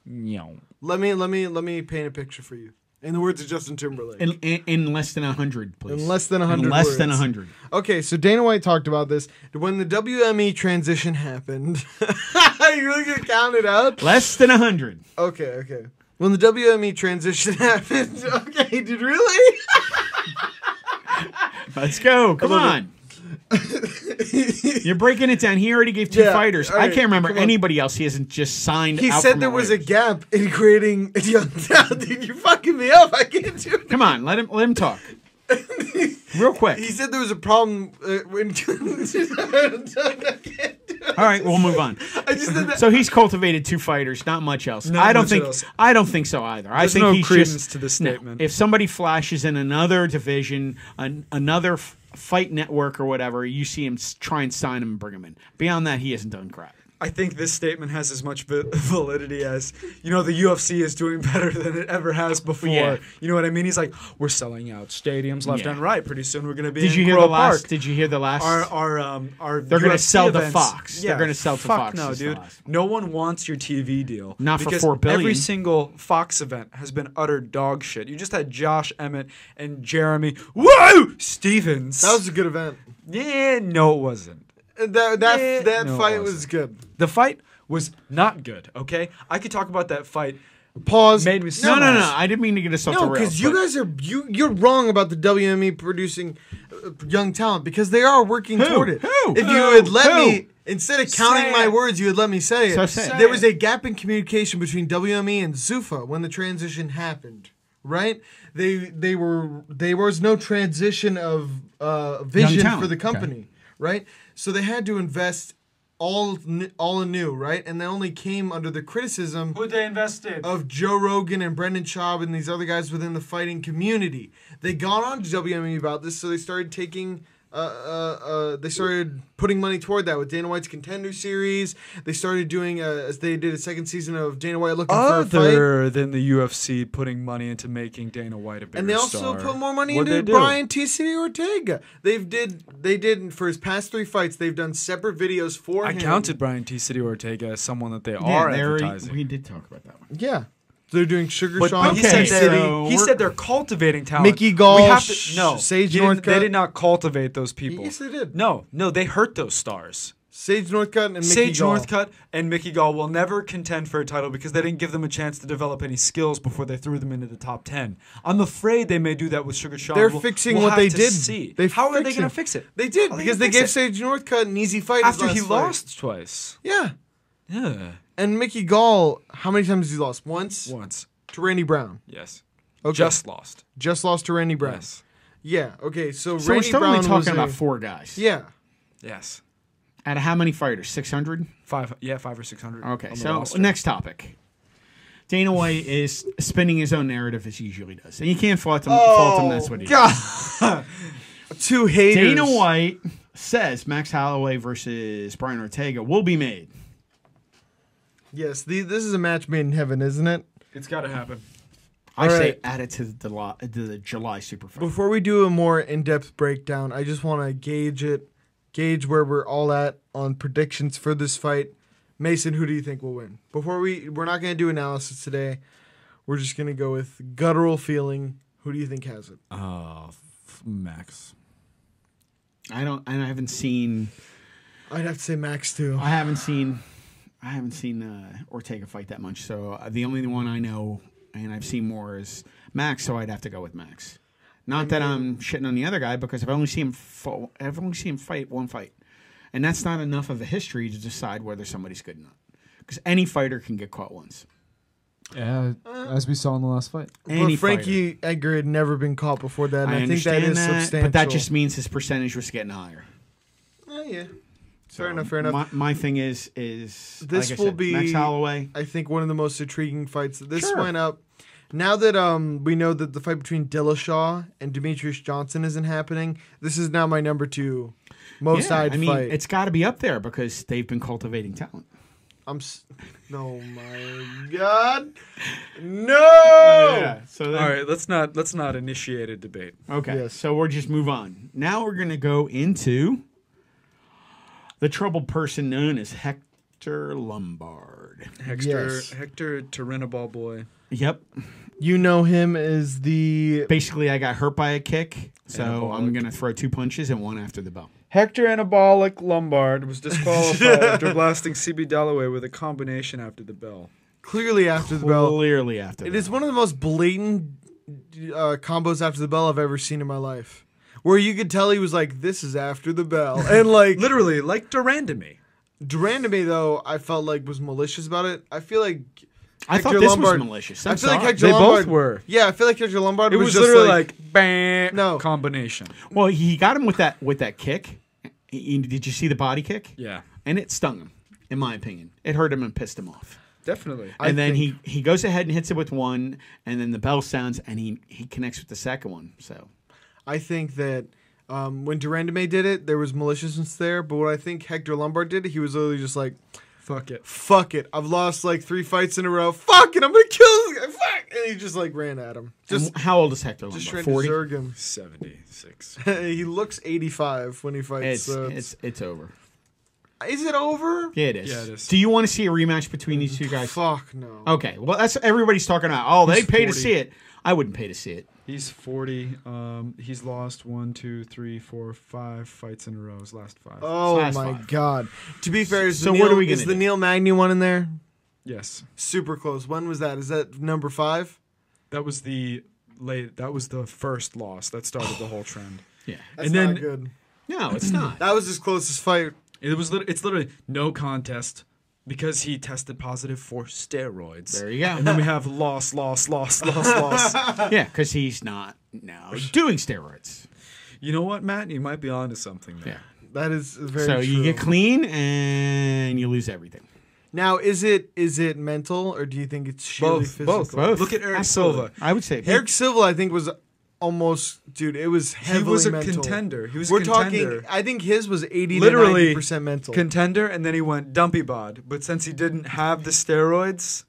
D: Yo.
C: Let me let me let me paint a picture for you. In the words of Justin Timberlake.
E: In, in, in less than 100, please.
C: In less than 100
E: In less than
C: words.
E: 100.
C: Okay, so Dana White talked about this when the WME transition happened. you really gonna count it out?
E: Less than 100.
C: Okay, okay. When the WME transition happened. Okay, dude, really?
E: Let's go. Come on. You're breaking it down. He already gave two
C: Yeah,
E: fighters.
C: all
E: I
C: right,
E: can't remember
C: come on.
E: anybody else he hasn't just signed.
C: He
E: out
C: said
E: from
C: there
E: the
C: was a
E: Warriors.
C: gap in creating a young talent. Dude, you're fucking me up. I can't do it.
E: Come on, let him let him talk. Real quick.
C: He said there was a problem uh, when. I can't do it.
E: All right, we'll move on.
C: I just did that.
E: So he's cultivated two fighters, not much else.
D: Not
E: I don't
D: much
E: think
D: else.
E: I don't think so either. I
D: There's
E: think
D: no
E: he's
D: credence
E: just,
D: to this
E: no.
D: statement.
E: If somebody flashes in another division, an, another f- fight network or whatever, you see him s- try and sign him and bring him in. Beyond that, he hasn't done crap.
D: I think this statement has as much vi- validity as you know the UFC is doing better than it ever has before.
E: Yeah.
D: You know what I mean? He's like, we're selling out stadiums left
E: Yeah.
D: and right. Pretty soon we're gonna be.
E: Did
D: in
E: you hear
D: Grove
E: the last?
D: Park.
E: Did you hear the last?
D: our our um our
E: They're gonna
D: UFC
E: sell to
D: events.
E: Fox. They're gonna sell to
D: fuck
E: Fox
D: No,
E: is the
D: dude.
E: last
D: No one wants your TV deal.
E: Not for
D: because
E: $4 billion.
D: Every single Fox event has been utter dog shit. You just had Josh Emmett and Jeremy. Whoa, Stevens.
C: That was a good event.
D: yeah. No, it wasn't.
C: That that
D: Eh,
C: that
D: no, it
C: fight was
D: wasn't.
C: good.
D: The fight was not good. Okay, I could talk about that fight.
C: Pause.
D: Made me so
E: no, no, no.
D: much.
E: I didn't mean to get us off
C: No,
E: the rails.
C: because you
E: but-
C: guys are you you're wrong about the WME producing uh, young talent because they are working toward it.
E: Who?
C: If you
E: Who?
C: had let
E: Who?
C: me instead of counting
D: Say
C: my
D: it.
C: words, you had let me say it.
E: So say it.
C: there was a gap in communication between WME and Zufa when the transition happened. Right? They they were there was no transition of uh, vision
E: talent.
C: for the
E: Okay.
C: company. Right? So they had to invest all n- all anew. Right? And they only came under the criticism
D: Who they invested?
C: of Joe Rogan and Brendan Schaub and these other guys within the fighting community. They got on to WME about this, so they started taking. Uh, uh, uh, they started putting money toward that with Dana White's Contender Series. They started doing, uh, as they did a second season of Dana White looking for a fight.
D: Other than the UFC putting money into making Dana White a bigger
C: And they also
D: star.
C: put more money
D: What'd
C: into
D: they do?
C: Brian TC Ortega. They've did they did for his past three fights. They've done separate videos for
D: I
C: him.
D: counted Brian T. City Ortega as someone that they
E: Yeah,
D: are
E: there-
D: advertising.
E: we did talk about that one.
C: Yeah, they're doing Sugar
D: but,
C: Sean.
D: but he
E: Okay,
D: said they're,
E: so
D: he
E: we're-
D: said they're cultivating talent.
C: Mickey Gall,
D: we have
C: Sh-
D: to, no,
C: Sage
D: he didn't-
C: Northcutt.
D: They did not cultivate those people.
C: Yes, they did.
D: No, no, they hurt those stars.
C: Sage Northcutt and Mickey
D: Sage
C: Gall.
D: Northcutt and Mickey Gall will never contend for a title because they didn't give them a chance to develop any skills before they threw them into the top ten. I'm afraid they may do that with Sugar Sean.
C: They're
D: Um, We'll-
C: fixing
D: we'll
C: what
D: have
C: they
D: to
C: did.
D: See.
C: They
D: How are they
C: fixing
D: going
C: it.
D: to fix it?
C: They did
D: How are
C: because
D: gonna
C: they
D: fix
C: gave
D: it?
C: Sage Northcutt an easy fight his
D: after he
C: last fight.
D: lost twice.
C: Yeah,
D: Yeah,
C: and Mickey Gall. How many times has he lost? Once
D: once.
C: to Randy Brown.
D: Yes,
C: Okay.
D: just lost.
C: Just lost to Randy Brown.
D: Yes,
C: Yeah. Okay. So,
E: So
C: Randy
E: we're
C: Brown
E: only
C: was
E: talking
C: a-
E: about four guys.
C: Yeah.
D: yes.
E: Out of how many fighters? Six hundred.
D: Five, yeah, five or six hundred.
E: Okay.
D: on the
E: So
D: roster.
E: next topic. Dana White is spinning his own narrative as he usually does, and you can't fault him. fault him. That's what
D: Oh,
E: he does.
C: Oh, Two haters.
E: Dana White says Max Holloway versus Brian Ortega will be made.
C: Yes. The, this is a match made in heaven, isn't it?
D: it's got to happen.
E: I
C: All
E: say
C: right.
E: add it to the, Deli- to the July Super Fight.
C: Before we do a more in-depth breakdown, I just want to gauge it, gauge where we're all at on predictions for this fight. Mason, who do you think will win? Before we, we're not going to do analysis today. We're just going to go with guttural feeling. Who do you think has it?
D: Oh, f- Max.
E: I don't. I haven't seen.
C: I'd have to say Max too.
E: I haven't seen. I haven't seen uh, Ortega fight that much. So uh, the only one I know and I've seen more is Max. So I'd have to go with Max. Not that I'm shitting on the other guy because I've only seen him. Fo- I've only seen him fight one fight, and that's not enough of a history to decide whether somebody's good or not. Because any fighter can get caught once.
F: Yeah, as we saw in the last fight.
E: Any
C: but Frankie Edgar had never been caught before that, and
E: fighter.
C: I, think that is substantial.
E: but that just means his percentage was getting higher.
C: Eh, yeah. Fair enough. Fair enough.
E: My, my thing is is
C: This
E: like I
C: will
E: said, Max
C: be-
E: Holloway.
C: I think one of the most intriguing fights. This
E: Sure.
C: went up. Now that um we know that the fight between Dillashaw and Demetrius Johnson isn't happening, this is now my number two most
E: Yeah,
C: eyed
E: I mean,
C: fight.
E: it's got to be up there because they've been cultivating talent.
C: I'm s- no my god, no.
E: So
D: All right, let's not let's not initiate a debate.
E: Okay.
C: Yes.
E: So we'll just move on. Now we're gonna go into the troubled person known as Hector Lombard.
D: Hector
C: Yes.
D: Hector Tarinaball boy.
E: Yep.
C: You know him as the
E: Basically, I got hurt by a kick, so I'm
D: Anabolic.
E: gonna throw two punches and one after the bell.
D: Hector Anabolic Lombard was disqualified after blasting CB Dalloway with a combination after the bell.
C: clearly after the bell.
E: Clearly after.
C: It
E: the
C: is one of the most blatant uh, combos after the bell I've ever seen in my life. Where you could tell he was like, "This is after the bell," and like
D: Literally, like Durandamy.
C: Durandamy though, I felt like was malicious about it. I feel like
E: bell. I thought
C: Hector
E: this
C: Lombard-
E: was malicious.
C: i
E: I'm
C: feel like
E: sorry.
C: Hector
D: They both
C: Lombard,
D: were.
C: Yeah, I feel like Hector Lombard
D: It
C: was,
D: was,
C: just
D: literally
C: like,
D: like, bang
C: No.
D: combination.
E: well, he got him with that with that kick. He- Did you see the body kick?
D: Yeah,
E: And it stung him, in my opinion. It hurt him and pissed him off.
D: definitely.
C: I
E: and then he he goes ahead and hits it with one, and then the bell sounds, and he he connects with the second one. So
C: I think that um, when Durandame did it, there was maliciousness there. But what I think Hector Lombard did, he was literally just like,
D: Fuck it.
C: "Fuck it, I've lost like three fights in a row. Fuck it, I'm gonna kill this guy. Fuck!" And he just like ran at him, just
E: And how old is Hector
C: just
E: Lombard?
C: trying
E: Forty.
C: to zerg him.
D: Seventy-six.
C: he looks 85 when he fights.
E: It's,
C: So
E: it's it's over.
C: is it over?
E: Yeah, it is.
D: Yeah, it is.
E: Do you want to see a rematch between these two guys? Oh,
C: Fuck no.
E: Okay. Well, that's what everybody's talking about. Oh, they
D: He's
E: pay to
D: 40.
E: see it. I wouldn't pay to see it.
D: He's forty. Um, he's lost one, two, three, four, five fights in a row. His last five.
C: Oh
E: Slash
C: my
E: five.
C: god! To be fair, is
E: So
C: the
E: what
C: Neil,
E: are we
C: is
E: gonna
C: the
E: do?
C: Neil Magny one in there?
D: yes,
C: Super close. When was that? Is that number five?
D: that was the late. That was the first loss that started the whole trend.
E: Yeah.
C: That's
D: And then-
C: not good.
E: No, it's not.
C: That was his closest fight.
D: It was. Lit- it's literally no contest because he tested positive for steroids.
E: There you go.
D: And then we have loss, loss, loss, loss, loss.
E: yeah, because he's not now doing steroids.
D: You know what, Matt? You might be onto something there.
C: That is very
E: so
C: true.
E: you get clean and you lose everything.
C: now, is it is it mental or do you think it's sheerly
D: Both,
C: physical?
D: both, both. Look at Eric Silva.
E: I would say
C: Eric Silva, I think, was almost dude. It was heavily
D: was a
C: mental.
D: contender. He was a
C: We're
D: contender.
C: talking. I think his was eighty
D: Literally
C: percent mental.
D: Contender, and then he went dumpy bod. But since he didn't have the steroids,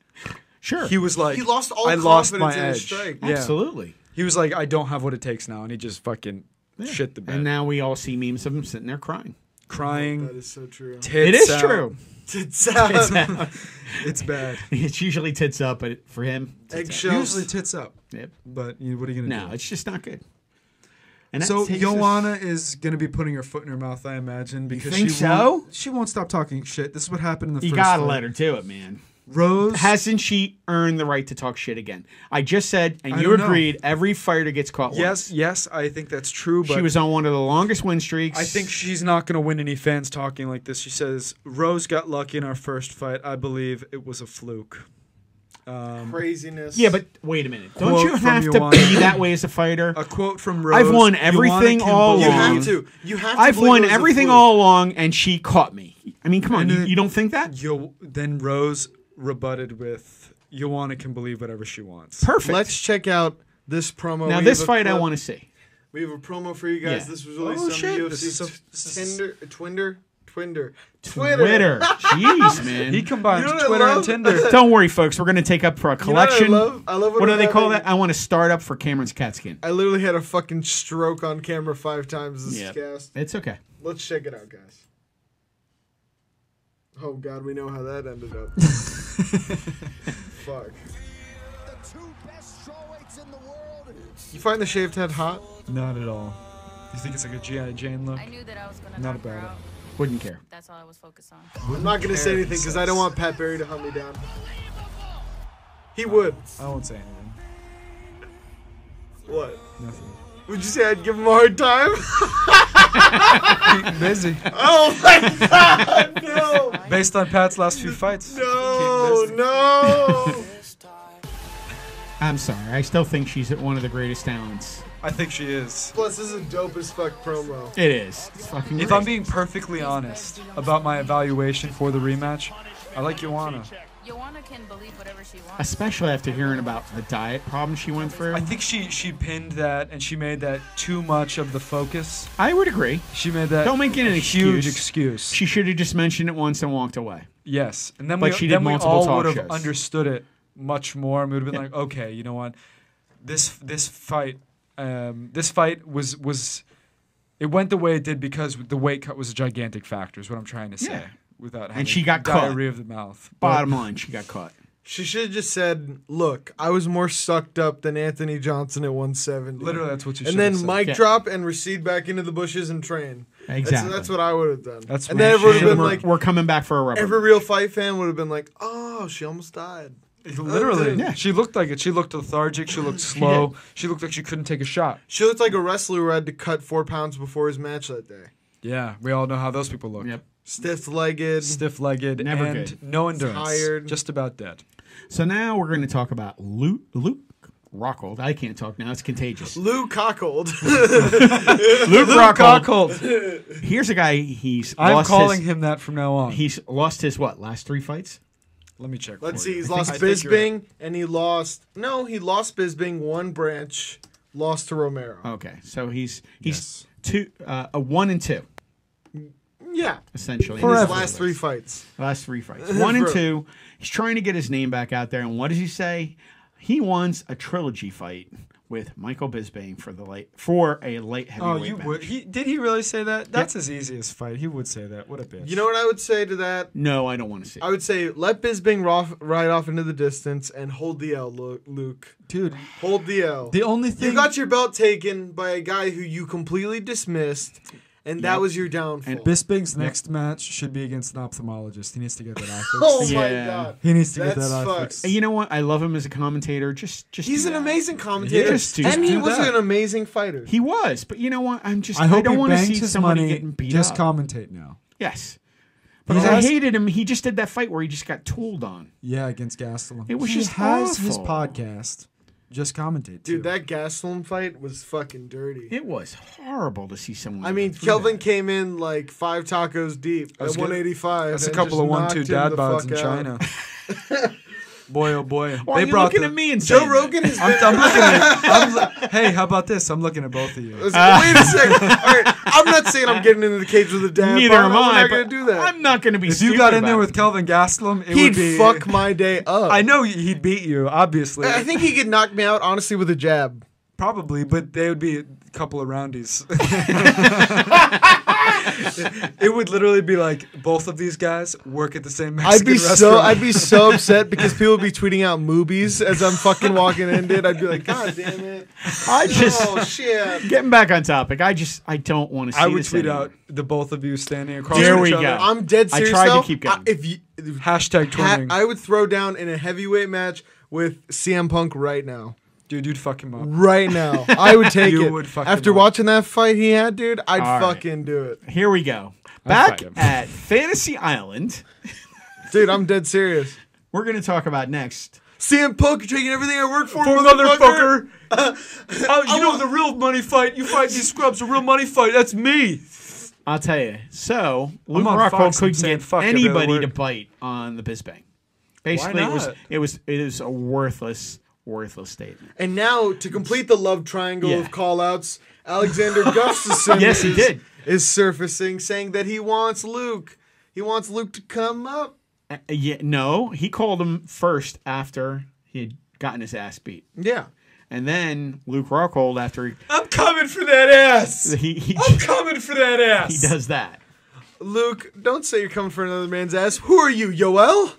E: Sure.
D: he was like,
C: He lost all
D: I lost
C: confidence
D: my
C: in his
D: edge.
C: strike.
D: Yeah.
E: Absolutely.
D: He was like, I don't have what it takes now, and he just fucking shit the bed,
E: And now we all see memes of him sitting there crying.
C: that
D: crying.
C: is so true.
D: Tits
E: it is
D: out.
E: true.
C: Tits out.
D: It's bad.
E: It's usually tits up, but for him, tits
C: Eggshells.
D: Usually tits up,
E: Up. Yep.
D: but you know, what are you gonna
E: No,
D: do?
E: it's just not good. And that
D: so
E: takes us-
D: Joanna is gonna be putting her foot in her mouth, I imagine, because
E: think
D: she
E: so?
D: won't, she won't stop talking shit. This is what happened in the
E: you
D: first.
E: gotta
D: fight.
E: let her do it, man.
D: Rose
E: Hasn't she earned the right to talk shit again? I just said, and
D: I
E: you
D: don't know.
E: agreed, every fighter gets caught
D: Yes,
E: once.
D: yes, I think that's true. But
E: She was on one of the longest win streaks.
D: I think she's not going to win any fans talking like this. She says Rose got lucky in our first fight. I believe it was a fluke. Um,
C: Craziness.
E: Yeah, but wait a minute. Don't
D: Quote
E: you
D: from
E: have to
D: Ioana.
E: be that way as a fighter?
D: a quote from Rose.
E: I've won
D: Ioana
E: everything
D: can
E: all
D: believe-
C: you
E: along.
C: have to. You have to.
E: I've
C: believe
E: won
C: it was a
E: everything
C: fluke.
E: all along, and she caught me. I mean, come on,
D: And
E: you,
D: then-
E: you don't think that?
D: Yo, then Rose rebutted with, "Joanna can believe whatever she wants."
E: Perfect.
C: Let's check out this promo.
E: now
C: We
E: this
C: have a
E: fight, I
C: clip.
E: want to see.
C: We have a promo for you guys.
E: Yeah.
C: This was released
D: Oh,
C: on
D: shit.
C: the UFC
D: This is a- this is-
C: Tinder, Twinder, Twinder, Twitter.
E: Twitter, jeez, man.
D: He combines
C: You know what I
D: Twitter and
C: love?
D: Tinder.
E: don't worry, folks. We're gonna take up for a
C: You know what
E: collection.
C: I love. I love.
E: what do
C: I'm
E: they call
C: having?
E: that? I want to start up for Cameron's cat skin.
C: I literally had a fucking stroke on camera five times this
E: Yep.
C: cast.
E: It's okay.
C: Let's check it out, guys. Oh god, we know how that ended up. Fuck. You find the shaved head hot?
D: Not at all. You think it's like a GI Jane look?
G: I knew that I was gonna
D: Not
G: knock her
D: about it.
G: out.
E: Wouldn't care.
G: That's all I was focused on.
C: I'm not gonna say anything because I don't want Pat Barry to hunt me down. He would.
D: I won't say anything.
C: What?
D: Nothing.
C: Would you say I'd give him a hard time?
D: Keep busy.
C: oh my god! No!
D: Based on Pat's last few fights. Oh,
C: No! No!
E: I'm sorry. I still think she's one of the greatest talents.
D: I think she is.
C: Plus, this is a dope as fuck promo.
E: It is. It's fucking.
D: If
E: great.
D: I'm being perfectly honest about my evaluation for the rematch, I like Joanna.
G: Joanna can believe whatever she wants.
E: especially after hearing about the diet problem she went through.
D: I think she she pinned that and she made that too much of the focus.
E: I would agree.
D: She made that
E: Don't make it an excuse.
D: huge excuse.
E: She should have just mentioned it once and walked away.
D: yes, and then
E: But
D: we
E: she did
D: then we
E: multiple
D: all
E: talk
D: would have
E: shows.
D: understood it much more, and we would have been
E: Yeah.
D: like, okay, you know what, this this fight, um, this fight was was, it went the way it did because the weight cut was a gigantic factor. Is what I'm trying to say.
E: Yeah.
D: Without having
E: she got caught.
D: diarrhea of the mouth. But-
E: Bottom line, she got caught.
C: She should have just said, "Look, I was more sucked up than Anthony Johnson at 170."
D: Literally, that's what you
C: and
D: should have
C: then
D: said.
C: mic
E: Yeah.
C: drop and recede back into the bushes and train.
E: Exactly.
C: That's, that's what I would have done.
D: That's
C: and
D: what
C: then
D: she
C: everyone would
D: should've
C: have been
E: we're,
C: like,
E: we're coming back for a rubber.
C: every real fight fan would have been like, "Oh, she almost died."
D: Literally,
E: Yeah.
D: she looked like it. She looked lethargic. She looked slow. She, looked like she couldn't take a shot.
C: She looked like a wrestler who had to cut four pounds before his match that day.
D: Yeah, we all know how those people look.
E: Yep.
C: Stiff-legged.
D: Stiff-legged
E: Never
D: and
E: good.
D: no endurance.
C: Tired.
D: Just about dead.
E: so now we're going to talk about Luke, Luke Rockhold. I can't talk now. It's contagious. Luke,
C: Lou Cockhold.
E: Rockhold. Here's a guy. He's
D: I'm
E: lost
D: calling
E: his,
D: him that from now on.
E: He's lost his what? Last three fights.
D: Let me check.
C: Let's
D: for
C: see.
D: you.
C: He's
D: I think-
C: lost
D: I think you're right.
C: Bisbing, and he lost. No, he lost Bisbing. One branch lost to Romero.
E: Okay, so he's he's two, uh, a one and two
C: yeah,
E: essentially.
C: his
E: Forever.
C: last three fights.
E: Last three fights. One and
C: Bro.
E: two. He's trying to get his name back out there. And what does he say? He wants a trilogy fight with Michael Bisping for the light for a light
D: Oh,
E: heavyweight
D: you
E: match.
D: would. He, did he really say that? That's his easiest fight. He would say that. What a bitch.
C: You know what I would say to that?
E: No, I don't want to see.
C: I would say let Bisbing roff, ride off into the distance and hold the L, Lu- Luke.
D: dude.
C: Hold the L.
D: The only thing
C: you got your belt taken by a guy who you completely dismissed, and that
E: Yep.
C: was your downfall.
E: And
D: Bisping's next match should be against an ophthalmologist. He needs to get that eye
C: oh
D: fixed.
C: my
E: Yeah.
C: god,
D: He needs to get
C: that's
D: that eye
C: fucked.
D: fixed.
E: And you know what? I love him as a commentator. Just just
C: He's
E: do
C: an
E: that.
C: amazing commentator,
E: Just do
C: and he
E: that.
C: was
E: Do that.
C: an amazing fighter.
E: He was, but you know what? I'm just.
D: I hope
E: don't
D: he
E: want to
D: banks
E: see
D: his
E: somebody
D: money.
E: getting beat
D: just
E: up.
D: commentate now.
E: yes.
D: But
E: Because I
D: has-
E: hated him. He just did that fight where he just got tooled on.
D: Yeah, against Gastelum.
E: It was
D: he
E: just
D: has his
E: awful.
D: podcast. Just commentate,
C: Dude,
D: too.
C: that Gaslam fight was fucking dirty.
E: It was horrible to see someone.
C: I mean,
E: go through
C: Kelvin
E: that.
C: came in like five tacos deep
D: was
C: at
D: gonna-
C: 185.
D: That's a
C: and
D: couple
C: just
D: of one
C: knocked
D: two
C: him
D: dad
C: the
D: bods
C: fuck
D: in
C: out.
D: China. boy, oh boy.
E: Why are you looking at me and
C: Joe
E: saying that?
C: Rogan has
D: I'm,
C: been
D: I'm looking at. I'm lo- hey, how about this? I'm looking at both of you.
C: Listen, Wait a second. All right, I'm not saying I'm getting into the cage with a dad.
E: Neither
C: bod.
E: am
C: I'm
E: I.
C: not
E: but
C: gonna do that.
E: I'm not going to be.
D: If you
E: stupid
D: got in
E: about
D: there
E: it.
D: with Kelvin Gastelum, it
C: He'd
D: would be.
C: fuck my day up.
D: I know he'd beat you, obviously.
C: I think he could knock me out honestly with a jab.
D: Probably, but they would be a couple of roundies. it would literally be like both of these guys work at the same
C: I'd
D: Mexican
C: be
D: restaurant.
C: so I'd be so upset because people would be tweeting out movies as I'm fucking walking in, dude. I'd be like, God damn it!
E: I just
C: Oh shit!
E: getting back on topic. I just I don't want to see.
D: I would
E: this
D: tweet
E: anymore.
D: out the both of you standing across
E: There
D: from
E: we
D: each
E: go.
D: other.
C: I'm dead
E: I
C: serious.
E: tried to
C: though.
E: keep going.
C: I- if you, if-
D: Hashtag
C: ha-
D: twinning.
C: I would throw down in a heavyweight match with CM Punk right now.
D: Dude, you'd fuck him up.
C: Right now, I would take
D: You
C: it.
D: would fuck
C: After
D: him up.
C: watching that fight he had, dude, I'd
E: All right.
C: fucking do it,
E: Here we go.
D: I'd
E: Back
D: fight him.
E: at Fantasy Island,
C: dude. I'm dead serious.
E: we're going to talk about next.
C: CM Punk, you're taking everything I work for,
D: For
C: motherfucker.
D: motherfucker! oh, you know the real money fight. You fight these scrubs. The real money fight. That's me.
E: I'll tell you. So Luke
D: on
E: Rockhold
D: Fox, I'm
E: couldn't
D: saying
E: get
D: fuck every other
E: anybody
D: word.
E: to bite on the Bisbang. Basically, it was
D: not?
E: it was it was a worthless worthless statement.
C: And now to complete the love triangle
E: Yeah.
C: of call-outs, Alexander Gustafsson
E: Yes, he
C: is,
E: did.
C: is surfacing saying that he wants Luke. He wants Luke to come up.
E: Uh, yeah, no, he called him first after he had gotten his ass beat,
C: Yeah.
E: and then Luke Rockhold after
D: I'm coming for that ass.
E: he he, he,
D: I'm coming for that ass.
E: he does that.
C: Luke, don't say you're coming for another man's ass. Who are you, Yoel?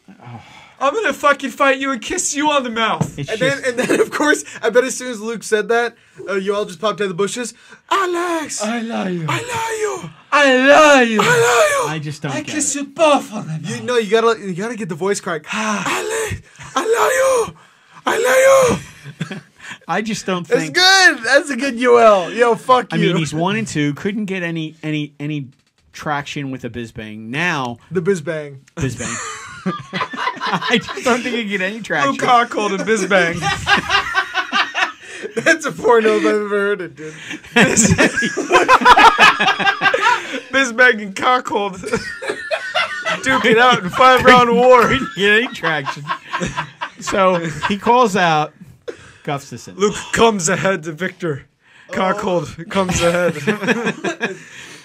D: I'm gonna fucking fight you and kiss you on the mouth.
E: It's
C: And
E: just,
C: then, and then, of course, I bet as soon as Luke said that, uh, Yoel just popped out of the bushes. Alex,
E: Uh-huh.
D: I love you. I love you.
E: I just don't. get it.
D: you both on the
C: you, no, you gotta, you gotta get the voice crack. Alex, I love you. I love you.
E: I just don't
C: That's
E: think.
C: good. That's a good Yoel. Yo, fuck
E: I
C: you.
E: mean, he's one and two. Couldn't get any any any traction with the Bisbang. Now
C: the biz bang.
E: Bisbang. I just don't think he can get any traction.
D: Luke Rockhold and Bizbang.
C: That's a porno if I've ever heard it, dude.
D: Bizbang and Cockhold. Duke it out in five round war.
E: get any traction. so he calls out Gustafson.
D: Luke comes ahead to Victor. Cockhold comes ahead.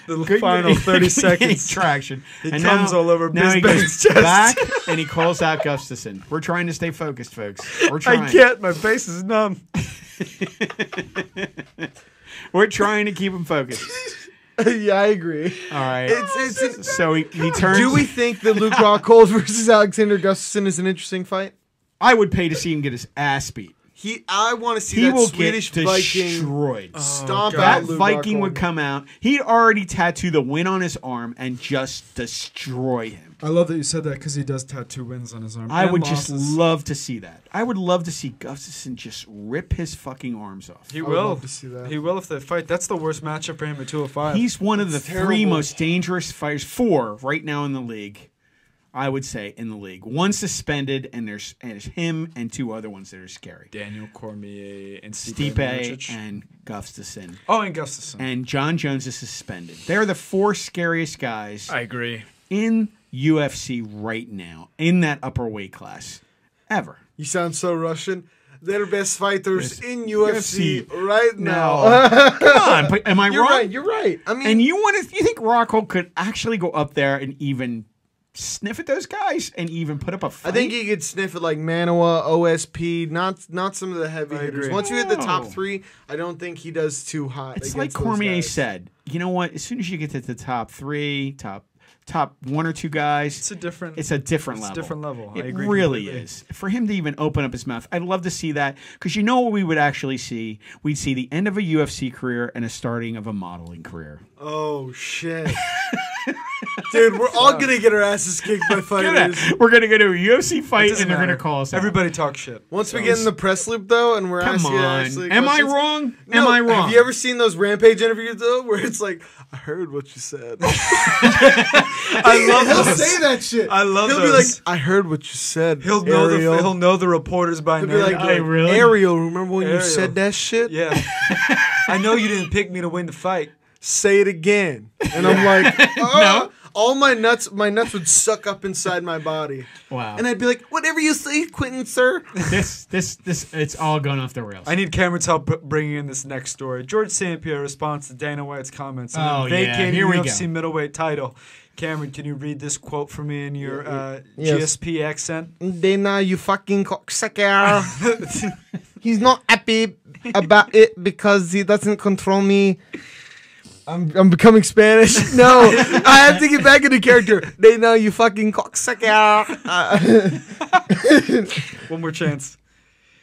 D: the final 30 seconds.
E: traction. He
D: comes all over
E: now he goes
D: Bisbang's chest.
E: back and he calls out Gustafson. We're trying to stay focused, folks. We're trying.
D: I can't. My face is numb.
E: We're trying to keep him focused.
C: yeah, I agree.
E: All right.
C: It's, it's,
E: so he, he turns.
C: do we think that Luke Rockhold versus Alexander Gustafsson is an interesting fight?
E: I would pay to see him get his ass beat.
C: He, I want to see
E: He
C: that
E: will
C: Swedish
E: get
C: Viking
E: destroyed.
D: uh,
E: Oh,
C: stomp
E: that
C: out Luke
E: Viking
C: Rockhold.
E: would come out. He'd already tattooed the win on his arm and just destroy him.
D: I love that you said that because he does tattoo wins on his arm.
E: I would just love to see that. I would love to see Gustafson just rip his fucking arms off.
D: He
C: I would
D: will.
C: love to see that.
D: He will if they fight. That's the worst matchup for him at 205.
E: He's one of the three
C: terrible.
E: most dangerous fighters, four right now in the league. I would say in the league, one suspended, and there's and it's him and two other ones that are scary.
D: Daniel Cormier and
E: Stipe
D: Stipe. Miocic.
E: and Gustafson
D: oh, and Gustafson.
E: and John Jones is suspended. They're the four scariest guys
D: I agree.
E: in UFC right now in that upper weight class ever.
C: You sound so Russian. They're best fighters in UFC,
E: UFC.
C: right
E: Uh-huh.
C: now.
E: Come on, but am I
C: You're
E: wrong?
C: right. You're right. I mean,
E: And you want to? You think Rockhold could actually go up there and even sniff at those guys and even put up a
C: I
E: fight?
C: think you could sniff at like Manawa, OSP, not not some of the heavy
D: I
C: hitters.
D: agree.
C: Once you hit the top
E: No.
C: three, I don't think he does too hot.
E: it's like
C: against those
E: Cormier
C: guys.
E: said. You know what? As soon as you get to the top three, top top one or two guys,
D: It's a different.
E: It's a different
D: It's a
E: level.
D: different level. I
E: It
D: agree
E: really
D: completely.
E: is. For him to even open up his mouth, I'd love to see that because you know what we would actually see? We'd see the end of a UFC career and a starting of a modeling career.
C: Oh shit. Dude, we're all gonna get our asses kicked by fighters.
E: We're gonna go to a UFC fight and
D: doesn't
E: they're gonna
D: matter.
E: call us. out.
D: Everybody talk shit.
C: Once we get in the press loop though, and we're
E: come
C: asking
E: on.
C: actually
E: Am I
C: questions-
E: wrong?
C: No,
E: Am I wrong?
C: Have you ever seen those rampage interviews though, where it's like, I heard what you said.
D: I love
C: He'll
D: those.
C: say that shit.
D: I love
C: He'll
D: those.
C: be like, I heard what you said.
D: He'll know the
C: Ariel."
D: he'll know the reporters by
C: He'll
D: name.
C: be like,
E: I really-
C: Ariel, remember when you
D: Ariel.
C: said that shit?
D: yeah.
E: "Oh."
D: I know you didn't pick me to win the fight.
C: Say it again. And I'm like, uh, all my nuts, my nuts would suck up inside my body,
E: Wow.
C: and I'd be like, "Whatever you say, Quentin, sir."
E: this this this it's all gone off the rails.
D: I need Cameron's help br- bringing in this next story. George St. Pierre responds to Dana White's comments. and
E: Oh, yeah,
D: vacating
E: here we
D: UFC
E: go.
D: middleweight title. Cameron, can you read this quote for me in your uh,
C: Yes.
D: GSP accent?
C: Dana, you fucking cocksucker. He's not happy about it because he doesn't control me. I'm, I'm becoming Spanish. No, I have to get back into character. Dana, you fucking cocksucker. Uh,
D: One more chance.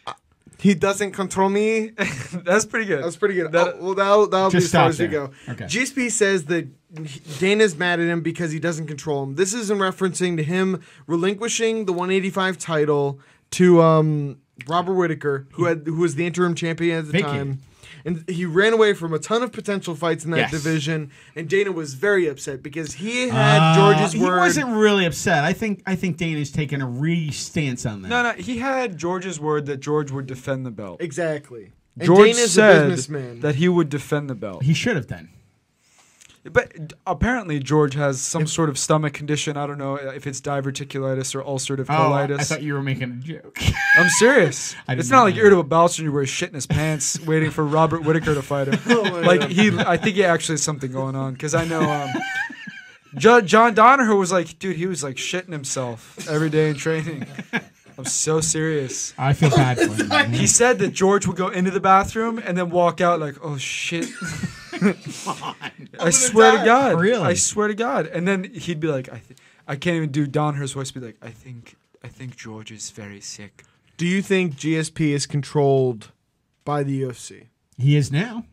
C: he doesn't control me.
D: That's pretty good.
C: That's pretty good.
D: That-
C: Oh, well, that'll, that'll be
E: Just
C: as far
E: stop
C: as we
E: there.
C: go.
E: Okay.
C: GSP says that Dana's mad at him because he doesn't control him. This is in referencing to him relinquishing the 185 title to um, Robert Whitaker, who had who was the interim champion at the
E: Vacated.
C: time. And he ran away from a ton of potential fights in that
E: Yes.
C: division, and Dana was very upset because he had George's
E: Uh, Ah, he
C: word.
E: wasn't really upset. I think I think Dana's taking a re stance on that.
D: no, no. He had George's word that George would defend the belt.
C: exactly. And
D: George
C: Dana's
D: said
C: a businessman.
D: that he would defend the belt.
E: He should have done.
D: But d- apparently, George has some sort of stomach condition. I don't know if it's diverticulitis or ulcerative colitis.
E: Oh, I thought you were making a joke.
D: I'm serious.
E: I did
D: It's
E: not
D: not like
E: know
D: irritable bowel syndrome where he's shitting his pants waiting for Robert Whitaker to fight him.
E: Oh
D: like he, I think he actually has something going on because I know um, jo- John Donaher was like, dude, he was like shitting himself every day in training. I'm so serious.
E: I feel bad for him. man.
D: He said that George would go into the bathroom and then walk out like, oh shit. I swear to God.
E: Really?
D: I swear to God. And then he'd be like, I, th- I can't even do Donaher's voice. Be like, I think, I think George is very sick.
C: Do you think GSP is controlled by the UFC?
E: He is now.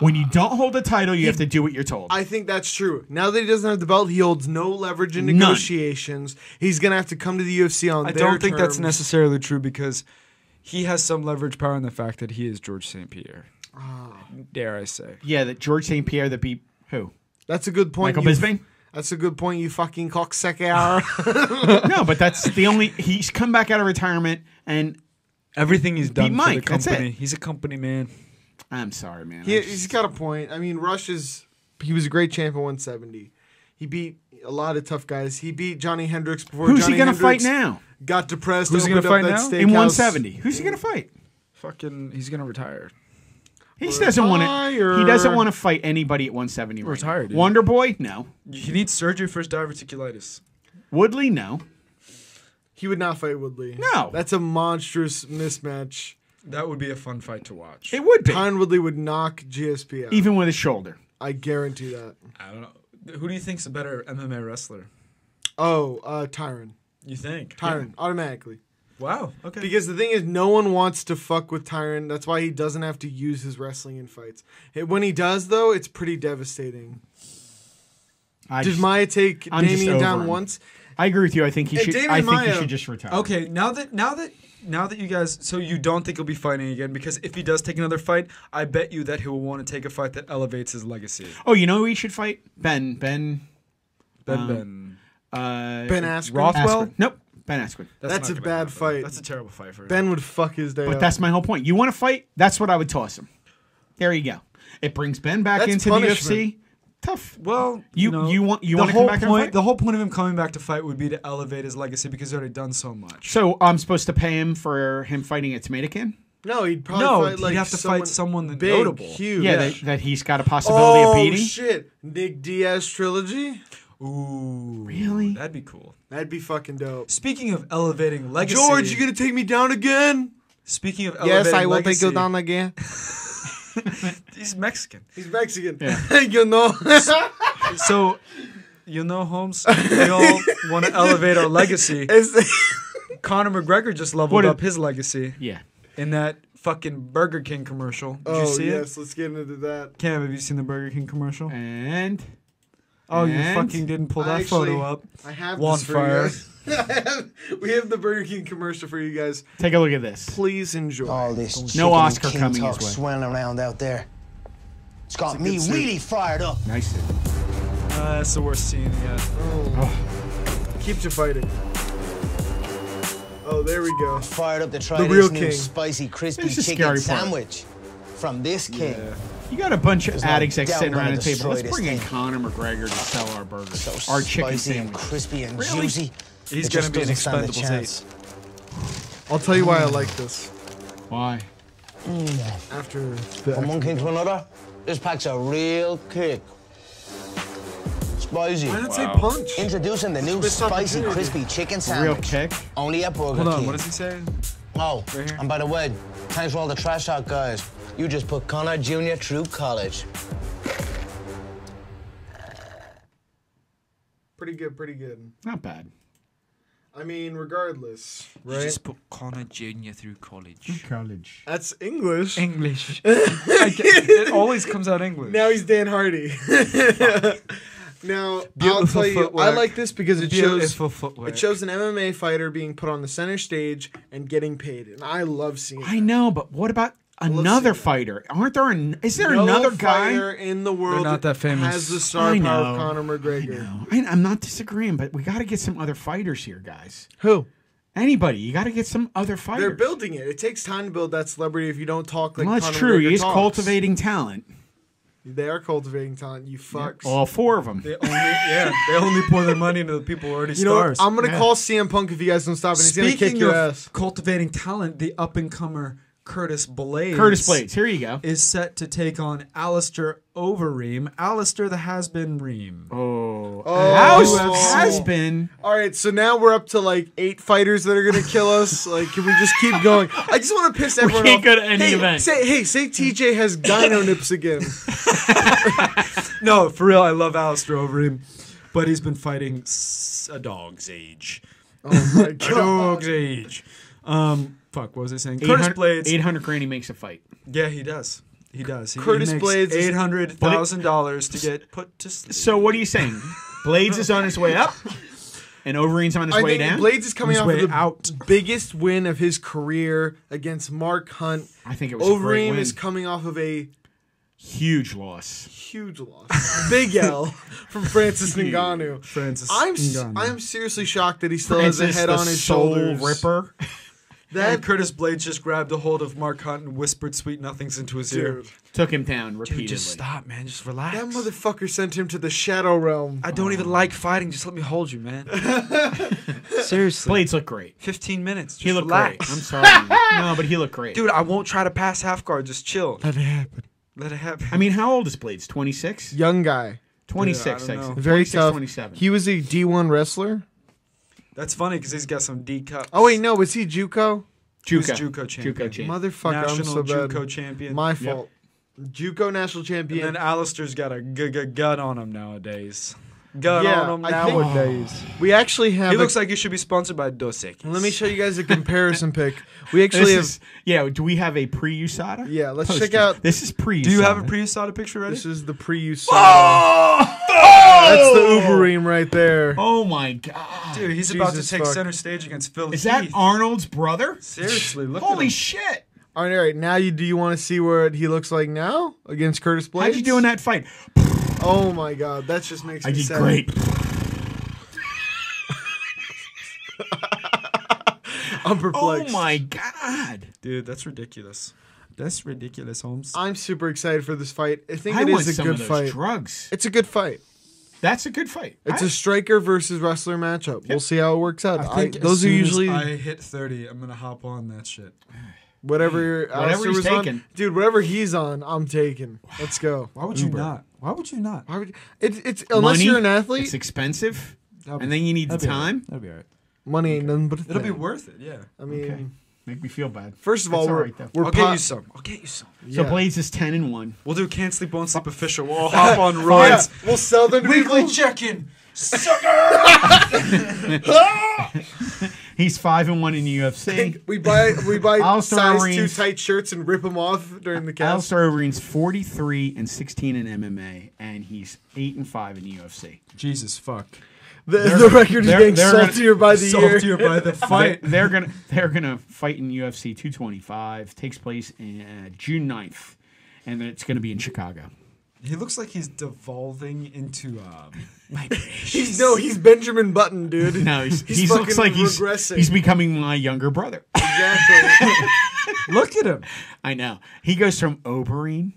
E: when you don't hold the title, you have to do what you're told.
C: I think that's true. Now that he doesn't have the belt, he holds no leverage in
E: None.
C: negotiations. He's gonna have to come to the UFC on.
D: I
C: their
D: don't think that's
C: terms.
D: necessarily true because he has some leverage power in the fact that he is George St. Pierre. Ah. Dare I say?
E: yeah, that George St. Pierre that beat who?
C: That's a good point.
E: Michael
C: you-
E: Bisping?
C: That's a good point. You fucking cocksucker.
E: no, but that's the only. He's come back out of retirement, and
D: Everything he's done
E: Mike,
D: for the
E: that's it.
D: company. He's a company man.
E: I'm sorry, man.
C: he,
E: I just-
C: he's got a point. I mean, Rush is he was a great champ at 170. He beat a lot of tough guys. He beat Johnny Hendricks before.
E: Who's
C: Johnny
E: he gonna
C: Hendricks
E: fight now?
C: Got depressed.
D: Who's he gonna
C: opened up
D: fight
C: that
D: now?
C: steakhouse.
E: In 170. Who's he gonna fight?
D: Fucking, he's gonna retire.
E: He just doesn't want to. He doesn't
C: Retired.
E: want to fight anybody at 170. Right
D: Retired,
E: Now.
D: dude.
E: Wonder Boy, no.
D: He needs surgery for his diverticulitis.
E: Woodley, no.
C: He would not fight Woodley.
E: No.
C: that's a monstrous mismatch.
D: That would be a fun fight to watch.
E: It would be
C: Tyron Woodley would knock GSP out.
E: even with his shoulder.
C: I guarantee that.
D: I don't know. Who do you think's a better MMA wrestler?
C: Oh, uh, Tyron.
D: You think?
C: Tyron, automatically.
D: Wow. Okay.
C: Because the thing is, no one wants to fuck with Tyron. That's why he doesn't have to use his wrestling in fights. Hey, When he does, though, it's pretty devastating.
E: I,
C: Did
E: just-
C: Maya take
E: I'm just
C: Damien
E: over
C: down
E: him.
C: once?
E: I agree with you. I think he
C: And
E: should.
C: Damian
E: I think he
C: Maia-
E: should just retire.
D: Okay, now that now that now that you guys, so you don't think he'll be fighting again? Because if he does take another fight, I bet you that he will want to take a fight that elevates his legacy.
E: Oh, you know who he should fight? Ben. Ben.
D: Ben
E: Um,
D: Ben.
E: Uh,
C: Ben Askren.
D: Roth-
E: Askren.
D: Well-
E: Nope. Ben Askren.
C: That's,
D: not
C: a
D: gonna
C: bad
D: happen.
C: fight.
D: That's a terrible fight for him.
C: ben would fuck his day.
E: But
C: up.
E: that's my whole point. You want to fight? That's what I would toss him. There you go. It brings Ben back
C: That's
E: into
C: punishment.
E: the UFC. Tough.
D: Well,
E: You- you want- you
D: the
E: wanna come
D: whole
E: back and
D: point,
E: fight?
D: The whole point of him coming back to fight would be to elevate his legacy because he's already done so much.
E: So I'm supposed to pay him for him fighting at Tomato Can?
C: no, he'd probably
D: No,
C: fight,
D: he'd
C: like,
D: have to
C: someone
D: fight someone
C: big,
D: notable.
C: huge.
E: Yeah, that, that he's got a possibility
C: oh
E: of beating.
C: shit! Nick Diaz trilogy.
D: Ooh,
E: Really?
D: That'd be cool.
C: That'd be fucking dope.
D: Speaking of elevating legacy,
C: George, you gonna take me down again?
D: speaking of
C: Yes,
D: elevating
C: I will take
D: legacy,
C: you down again.
D: He's Mexican,
C: He's Mexican. you know.
D: so you know, Holmes. We all want to elevate our legacy.
C: It's-
D: Conor McGregor just leveled
E: What did-
D: up his legacy
E: Yeah.
D: in that fucking Burger King commercial. Did
C: oh
D: you see
C: yes,
D: it?
C: let's get into that.
D: Cam, have you seen the Burger King commercial?
E: And
D: oh, you
E: and-
D: fucking didn't pull
C: I
D: that photo
C: actually-
D: up.
C: I have
D: Lawn
C: this for
D: fire.
C: you guys. we have the Burger King commercial for you guys.
E: take a look at this.
C: Please enjoy.
H: all this chicken
E: No
H: and
E: Oscar
H: king
E: coming
H: talk
E: his way.
H: swirling around out there. It's got
C: It's a
H: me
C: good suit.
H: really fired up.
E: Nice.
D: Uh, that's the worst scene yet.
C: Keeps you fighting. Oh, there we go.
H: Fired up to try
C: The
H: this
C: real
H: new
C: king.
H: spicy crispy
E: This is
H: chicken
E: scary part.
H: sandwich. from this king.
E: You got a bunch of
H: no
E: addicts that
H: doubt
E: sitting
H: I'm
E: around
H: gonna
E: the table.
H: destroy
E: Let's
H: this
E: bring in
H: thing.
E: Conor McGregor to sell our burgers,
H: So
E: our chicken
H: spicy and
E: sandwich.
H: crispy and
E: Really?
H: juicy.
D: He's
H: it
D: gonna
H: just
D: be an
H: doesn't stand a
D: expendable
H: chance.
C: I'll tell you why I like this
E: Why?
C: after the
H: From one king to another, this pack's a real kick. Spicy.
C: Why not say punch?
H: Introducing the new
C: Missed
H: spicy
C: opportunity.
H: crispy chicken
E: Real
H: sandwich.
E: kick.
H: Only at Burger
D: Hold on,
H: King.
D: what does he say?
H: oh,
D: Right here?
H: and by the way, thanks for all the trash talk, guys. You just put Connor Jr. through college.
C: Pretty good, pretty good.
E: Not bad.
C: I mean, regardless, right?
D: put Connor Jr. through college.
E: College.
C: That's English.
D: English. I ca- it always comes out English.
C: now he's Dan Hardy. now I'll
D: Beautiful
C: tell you, I
D: footwork.
C: like this because it shows
D: Beautiful footwork.
C: it shows an MMA fighter being put on the center stage and getting paid, and I love seeing.
E: I
C: that.
E: know, but what about another fighter? Aren't there? An, is there
C: No
E: another
C: fighter
E: guy?
C: in the world
D: not that famous.
C: has the star
E: I
C: power
E: know.
C: of Conor McGregor.
E: I, I'm not disagreeing, but we got to get some other fighters here, guys.
C: Who?
E: Anybody, you got to get some other fighters.
C: They're building it. It takes time to build that celebrity if you don't talk like.
E: well, that's
C: Conor
E: true.
C: McGregor
E: He's
C: talks.
E: cultivating talent.
C: They are cultivating talent. You fucks.
E: All four of them.
D: They only, yeah, they only pour their money into the people who are already
C: you know
D: stars.
C: what? I'm gonna
E: Yeah.
C: call CM Punk if you guys don't stop, and he's gonna kick
D: Speaking
C: your
D: of
C: ass.
D: cultivating talent, the up and comer Curtis Blades.
E: Curtis Blades. Here you go.
D: is set to take on Alistair Overeem. Alistair the has been Reem.
E: Oh,
C: House
E: has been.
C: All right, so now we're up to like eight fighters that are gonna kill us. like, can we just keep going? I just want to piss everyone
E: can't
C: off.
E: go to any
C: hey,
E: event.
C: Say, hey, say TJ has dino nips again.
D: No, for real, I love Alistair Overeem, but he's been fighting s- a dog's age.
C: Oh my god.
D: Dog's age. Um, fuck, what was I saying? Curtis
E: 800
D: Blades.
E: 800 grand, he makes a fight.
D: Yeah, he does. He does. He,
C: Curtis
D: he makes
C: Blades is-
D: eight hundred thousand dollars to get put to sleep.
E: So what are you saying? Blades is on his way up, and Overeem's on his
C: I
E: way
C: think
E: down.
C: Blades is coming
D: His
C: off of
D: way
C: the
D: out.
C: biggest win of his career against Mark Hunt.
E: I think it was a great
C: Overeem
E: win.
C: is coming off of a
E: huge loss.
C: huge loss, big L from Francis Ngannou.
D: Francis
C: I'm s-
D: Ngannou.
C: I'm seriously shocked that he still
E: Francis
C: has a head
E: the
C: on his
E: Soul
C: shoulders.
E: Ripper.
C: That
D: And Curtis Blades just grabbed a hold of Mark Hunt and whispered sweet nothings into his ear.
C: dude,
E: Took him down repeatedly.
D: Dude, just stop, man. Just relax.
C: that Oh. motherfucker sent him to the shadow realm.
D: I don't even like fighting. Just let me hold you, man. Seriously.
E: Blades look great.
D: Fifteen minutes. Just
E: He looked
D: relax.
E: great. I'm sorry. man. no, but he looked great.
D: Dude, I won't try to pass half guard. Just chill.
C: That happened.
D: Let it happen.
E: I mean, how old is Blades? 26?
C: Young guy.
E: 26,
D: Dude, I don't
E: I
D: know.
C: Very
E: 26,
C: tough.
E: 27.
C: He was a D1 wrestler.
D: That's funny because he's got some D cups.
C: Oh wait, no, was he JUCO?
E: Juco.
D: was JUCO champion.
E: Juco champion.
C: Motherfucker,
D: National
C: I'm so bad.
D: JUCO champion.
C: My fault. JUCO national
D: and
C: champion.
D: then Alistair's got a g- g- gut on him nowadays. Gut
C: yeah,
D: on him
C: I think
D: nowadays.
C: we actually have.
D: He
C: a-
D: looks like you should be sponsored by Dos Equis.
C: Let me show you guys a comparison pick. We
E: This
C: actually have.
E: is, yeah, do we have a pre USADA?
C: Yeah, let's
E: Poster.
C: check out-
E: This is pre
D: Do you have a pre-USADA picture ready?
C: This is the pre-use. That's the Uber ream right there.
E: Oh my God.
D: Dude, he's about to
C: Jesus
D: take
C: fuck.
D: center stage against Phil
E: Is that
D: Heath.
E: Arnold's brother?
D: Seriously, look at
E: Holy
D: him.
E: shit.
C: All right, all right. Now you do you want to see what he looks like now against Curtis Blades?
E: How'd you do in that fight?
C: Oh my god, that just makes
E: I
C: me
E: did
C: sad.
D: uh,
E: great.
C: I'm
E: Oh
C: perplexed.
E: my God.
D: Dude, that's ridiculous. That's ridiculous, Holmes.
C: I'm super excited for this fight. I think
E: I
C: it
E: want
C: is a
E: some
C: good
E: of those
C: fight.
E: drugs.
C: it's a good fight.
E: That's a good fight.
C: It's
E: I-
C: a striker versus wrestler matchup. We'll see how it works out. I
D: think as
C: those are
D: soon as
C: usually
D: I hit 30, I'm going to hop on that shit.
C: whatever Alistair
E: he's
C: was on.
E: taking.
C: Dude, whatever he's on, I'm taking. Let's go.
D: Why would you not? Why would you not?
C: Why would it, it's unless
E: money,
C: you're an
E: It's
C: athlete,
E: expensive.
D: That'll
E: and
D: be-
E: then you need the
D: that'll be all right.
E: time.
D: That'd be all right.
C: money ain't nothing but a
D: It'll be
C: thing.
D: worth it, yeah.
C: I mean,
E: Okay. Make me feel bad.
C: first of all,
E: That's all
C: we're,
E: right, though.
C: we're
D: I'll get
C: po-
D: you some. I'll get you some.
E: So
C: yeah.
E: Blades is ten and one.
D: We'll do Can't Sleep, Won't Sleep official. We'll hop on
C: Yeah,
D: rides.
C: we'll sell them to people.
D: check-in.
E: He's five and one in the UFC.
C: We buy we buy
E: I'll start
C: size two
E: rings.
C: tight shirts and rip them off during the cast.
E: Alistair Overeem's forty three and sixteen in MMA, and he's eight and five in the UFC.
D: Jesus, fuck.
C: The, the record is
E: they're-
C: getting
E: they're gonna-
C: saltier by the year.
D: Saltier by the
E: Fight.
D: fight.
E: They, are gonna they're gonna fight in UFC two twenty five. Takes place in, uh, June 9th. and it's gonna be in Chicago.
D: He looks like he's devolving into um,
C: He's no, he's Benjamin Button, dude.
E: No, he's,
C: He's
E: he looks
C: fucking
E: like he's
C: regressing.
E: he's becoming my younger brother.
C: exactly.
D: Look at him.
E: I know. He goes from Oberyn,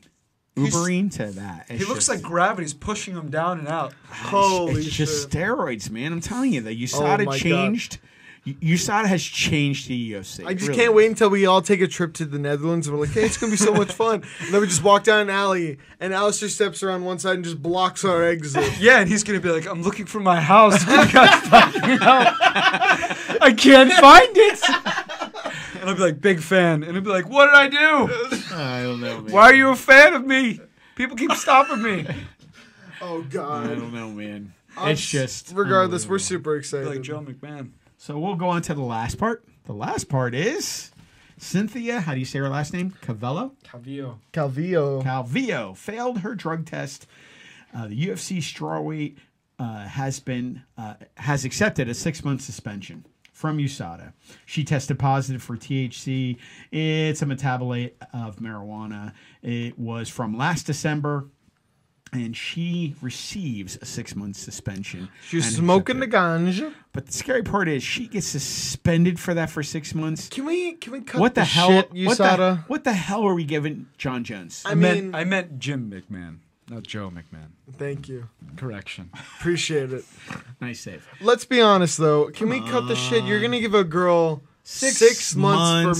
E: Uberine to that.
D: He looks like gravity's pushing him down and out.
C: Holy
E: it's just
C: shit.
E: steroids, man. I'm telling you, the
C: Oh my
E: USADA
C: God.
E: changed. U- USADA has changed the UFC.
C: I just
E: really.
C: can't wait until we all take a trip to the Netherlands and we're like, hey, it's gonna be so much fun. And then we just walk down an alley and Alistair steps around one side and just blocks our exit.
D: Yeah, and he's gonna be like, "I'm looking for my house. I gotta fucking help. I can't find it." And I'll be like, "Big fan," and he'll be like, "What did I do?
E: I don't know. Man.
D: Why are you a fan of me? People keep stopping me."
C: Oh
E: I
C: god.
E: don't know, man.
C: I'm
E: It's
C: s-
E: just
C: Regardless, we're super excited.
D: Like Joe McMahon.
E: So we'll go on to the last part. The last part is Cynthia. How do you say her last name? Cavello.
D: Cavillo.
C: Calvillo.
E: Calvillo failed her drug test. Uh, the UFC strawweight uh, has been uh, has accepted a six month suspension from USADA. She tested positive for THC. It's a metabolite of marijuana. It was from last December. And she receives a six month suspension.
C: She's
E: and
C: smoking the
E: accepted.
C: ganja.
E: But the scary part is she gets suspended for that for six months.
C: Can we can we cut
E: What the, hell?
C: shit,
E: what, the,
C: USADA?
E: what the hell are we giving John Jones?
C: I
D: I
C: mean
D: meant I meant Jim McMahon, not Joe McMahon.
C: thank you.
D: Correction.
C: Appreciate it.
E: Nice save.
C: Let's be honest though. Can we cut the shit? You're gonna give a girl six,
E: Six
C: months,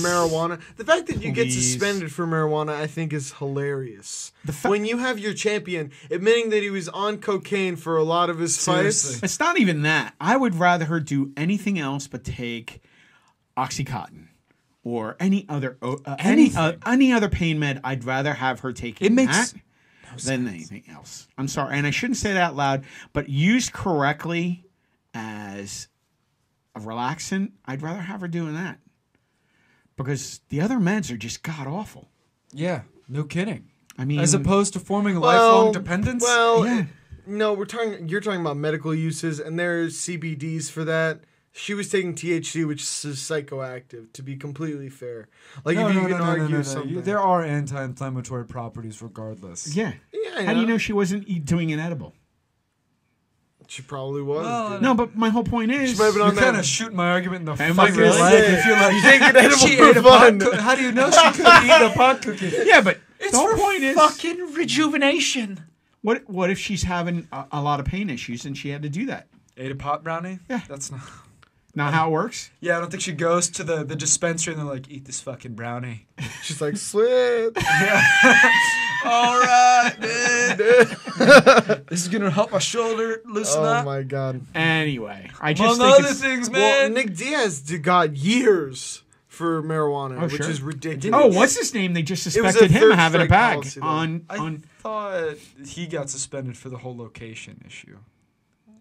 E: months.
C: for marijuana. The fact that you get
E: Please.
C: suspended for marijuana, I think, is hilarious.
E: The fa-
C: when you have your champion admitting that he was on cocaine for a lot of his fights,
D: Seriously.
E: It's not even that. I would rather her do anything else but take OxyContin or any other o- uh, any uh, any other pain med. I'd rather have her take
D: It makes
E: that than anything else. I'm sorry, and I shouldn't say that out loud, but used correctly as a relaxant, I'd rather have her doing that because the other meds are just god awful.
D: Yeah, no kidding.
E: I mean,
D: As opposed to forming a
C: well,
D: lifelong dependence.
C: Well,
E: Yeah.
C: no, we're talking. You're talking about medical uses, and there's CBDs for that. She was taking THC, which is psychoactive. To be completely fair, like if you can argue something,
D: You- There are anti-inflammatory properties, regardless.
E: yeah.
C: Yeah, I
E: How do you
C: know.
E: know she wasn't e- doing an edible?
C: she probably was.
D: Well,
C: dude.
E: No, but my whole point is,
C: might have been
D: You're
C: on that-
D: kind of shooting my argument in the
E: Am I
D: fucking
E: really?
D: leg. If you're like,
C: an edible
D: she
C: for
D: ate a pot
C: fun."
D: cookie. How do you know she couldn't eat a pot cookie?
E: yeah, but the whole point is,
D: fucking rejuvenation.
E: What what if she's having a, a lot of pain issues and she had to do that?
D: Ate a pot brownie?
E: Yeah.
D: That's not.
E: Not how it works.
D: Yeah, I don't think she goes to the, the dispensary and they're like, eat this fucking brownie.
C: She's like, slit.
D: All right, man. this is gonna help my shoulder loosen
C: oh
D: up.
C: my god.
E: Anyway, I just
D: Among
E: think
D: other
E: it's-
D: things,
C: Well,
D: man.
C: Nick Diaz d- got years for marijuana,
E: Oh,
C: which
E: sure.
C: is ridiculous.
E: oh, what's his name? They just
C: was a
E: suspected him
C: third
E: of having a
C: strike
E: bag
C: policy, though.
E: on
D: I
E: on.
D: thought he got suspended for the whole location issue.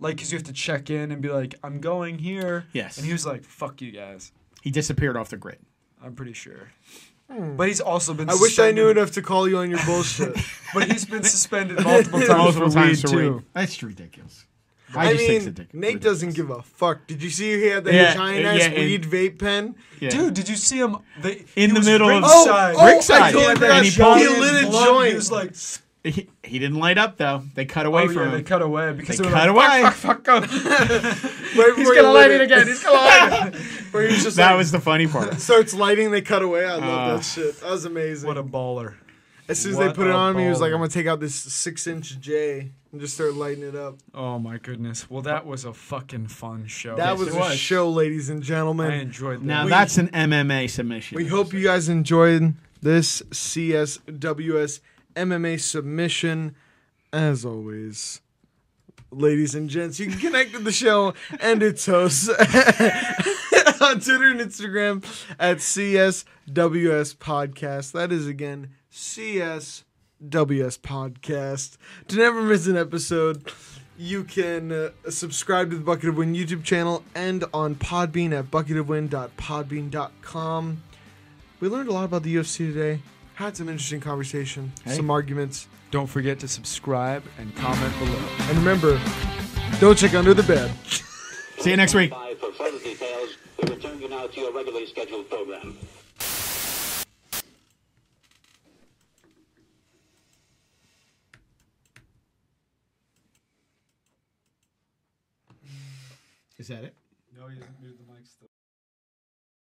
D: Like, because you have to check in and be like, I'm going here.
E: Yes.
D: And he was like, fuck you guys.
E: He disappeared off the grid.
D: I'm pretty sure. But he's also been
C: Hmm. I wish I knew
D: suspended-
C: enough to call you on your bullshit.
D: But he's been suspended multiple times
E: Multiple
D: for
E: times
D: weed,
E: for
D: too.
E: weed. That's ridiculous.
C: I,
E: just think it's
C: mean,
E: ridic-
C: Nate doesn't
E: ridiculous.
C: give a fuck. Did you see he had that
E: Yeah,
C: giant
E: yeah,
C: ass
E: and-
C: weed vape pen?
E: Yeah.
D: Dude, did you see him? They,
E: In
D: he
E: the
D: was
E: middle of-
D: ringside.
E: Oh, oh, Ringside. I totally
D: that
E: forgot. He
D: shot
C: He
D: in
C: lit a
D: blood.
C: joint.
D: He was like,
E: he, he didn't light up though. They cut away
D: oh,
E: from
D: yeah, they
E: him.
D: cut away because
E: They
D: they were
E: cut
D: like,
E: away.
D: Fuck, fuck, fuck, fuck.
C: Right
D: He's gonna light it again. He's gonna light it.
C: Where he was just
E: That
C: like,
E: was the funny part.
C: starts lighting, they cut away. I love
E: Uh,
C: that shit. That was amazing.
D: What a baller.
C: as soon as they
D: what
C: put it
D: a
C: on me, he was like,
D: baller.
C: I'm gonna take out this six inch J and just start lighting it up.
D: Oh my goodness. Well, that was a fucking fun show.
C: That
E: Yes,
C: was,
E: it
C: a
E: was.
C: show, ladies and gentlemen.
D: I enjoyed that.
E: Now
C: We-
E: that's an MMA submission.
C: We hope you guys enjoyed this CSWS MMA submission. As always, ladies and gents, you can connect with the show and its hosts on Twitter and Instagram at CSWS Podcast. That is again CSWS Podcast. To never miss an episode, you can uh, subscribe to the Bucket of Wind YouTube channel and on Podbean at bucketofwind.podbean.com. We learned a lot about the UFC today. Had some interesting conversation,
E: Hey.
C: some arguments.
D: Don't forget to subscribe and comment below.
C: And remember, don't check under the bed.
E: See you next week.
I: Five for further details, we return you now to your regularly scheduled program.
E: Is that it?
D: No, he hasn't moved the mic still.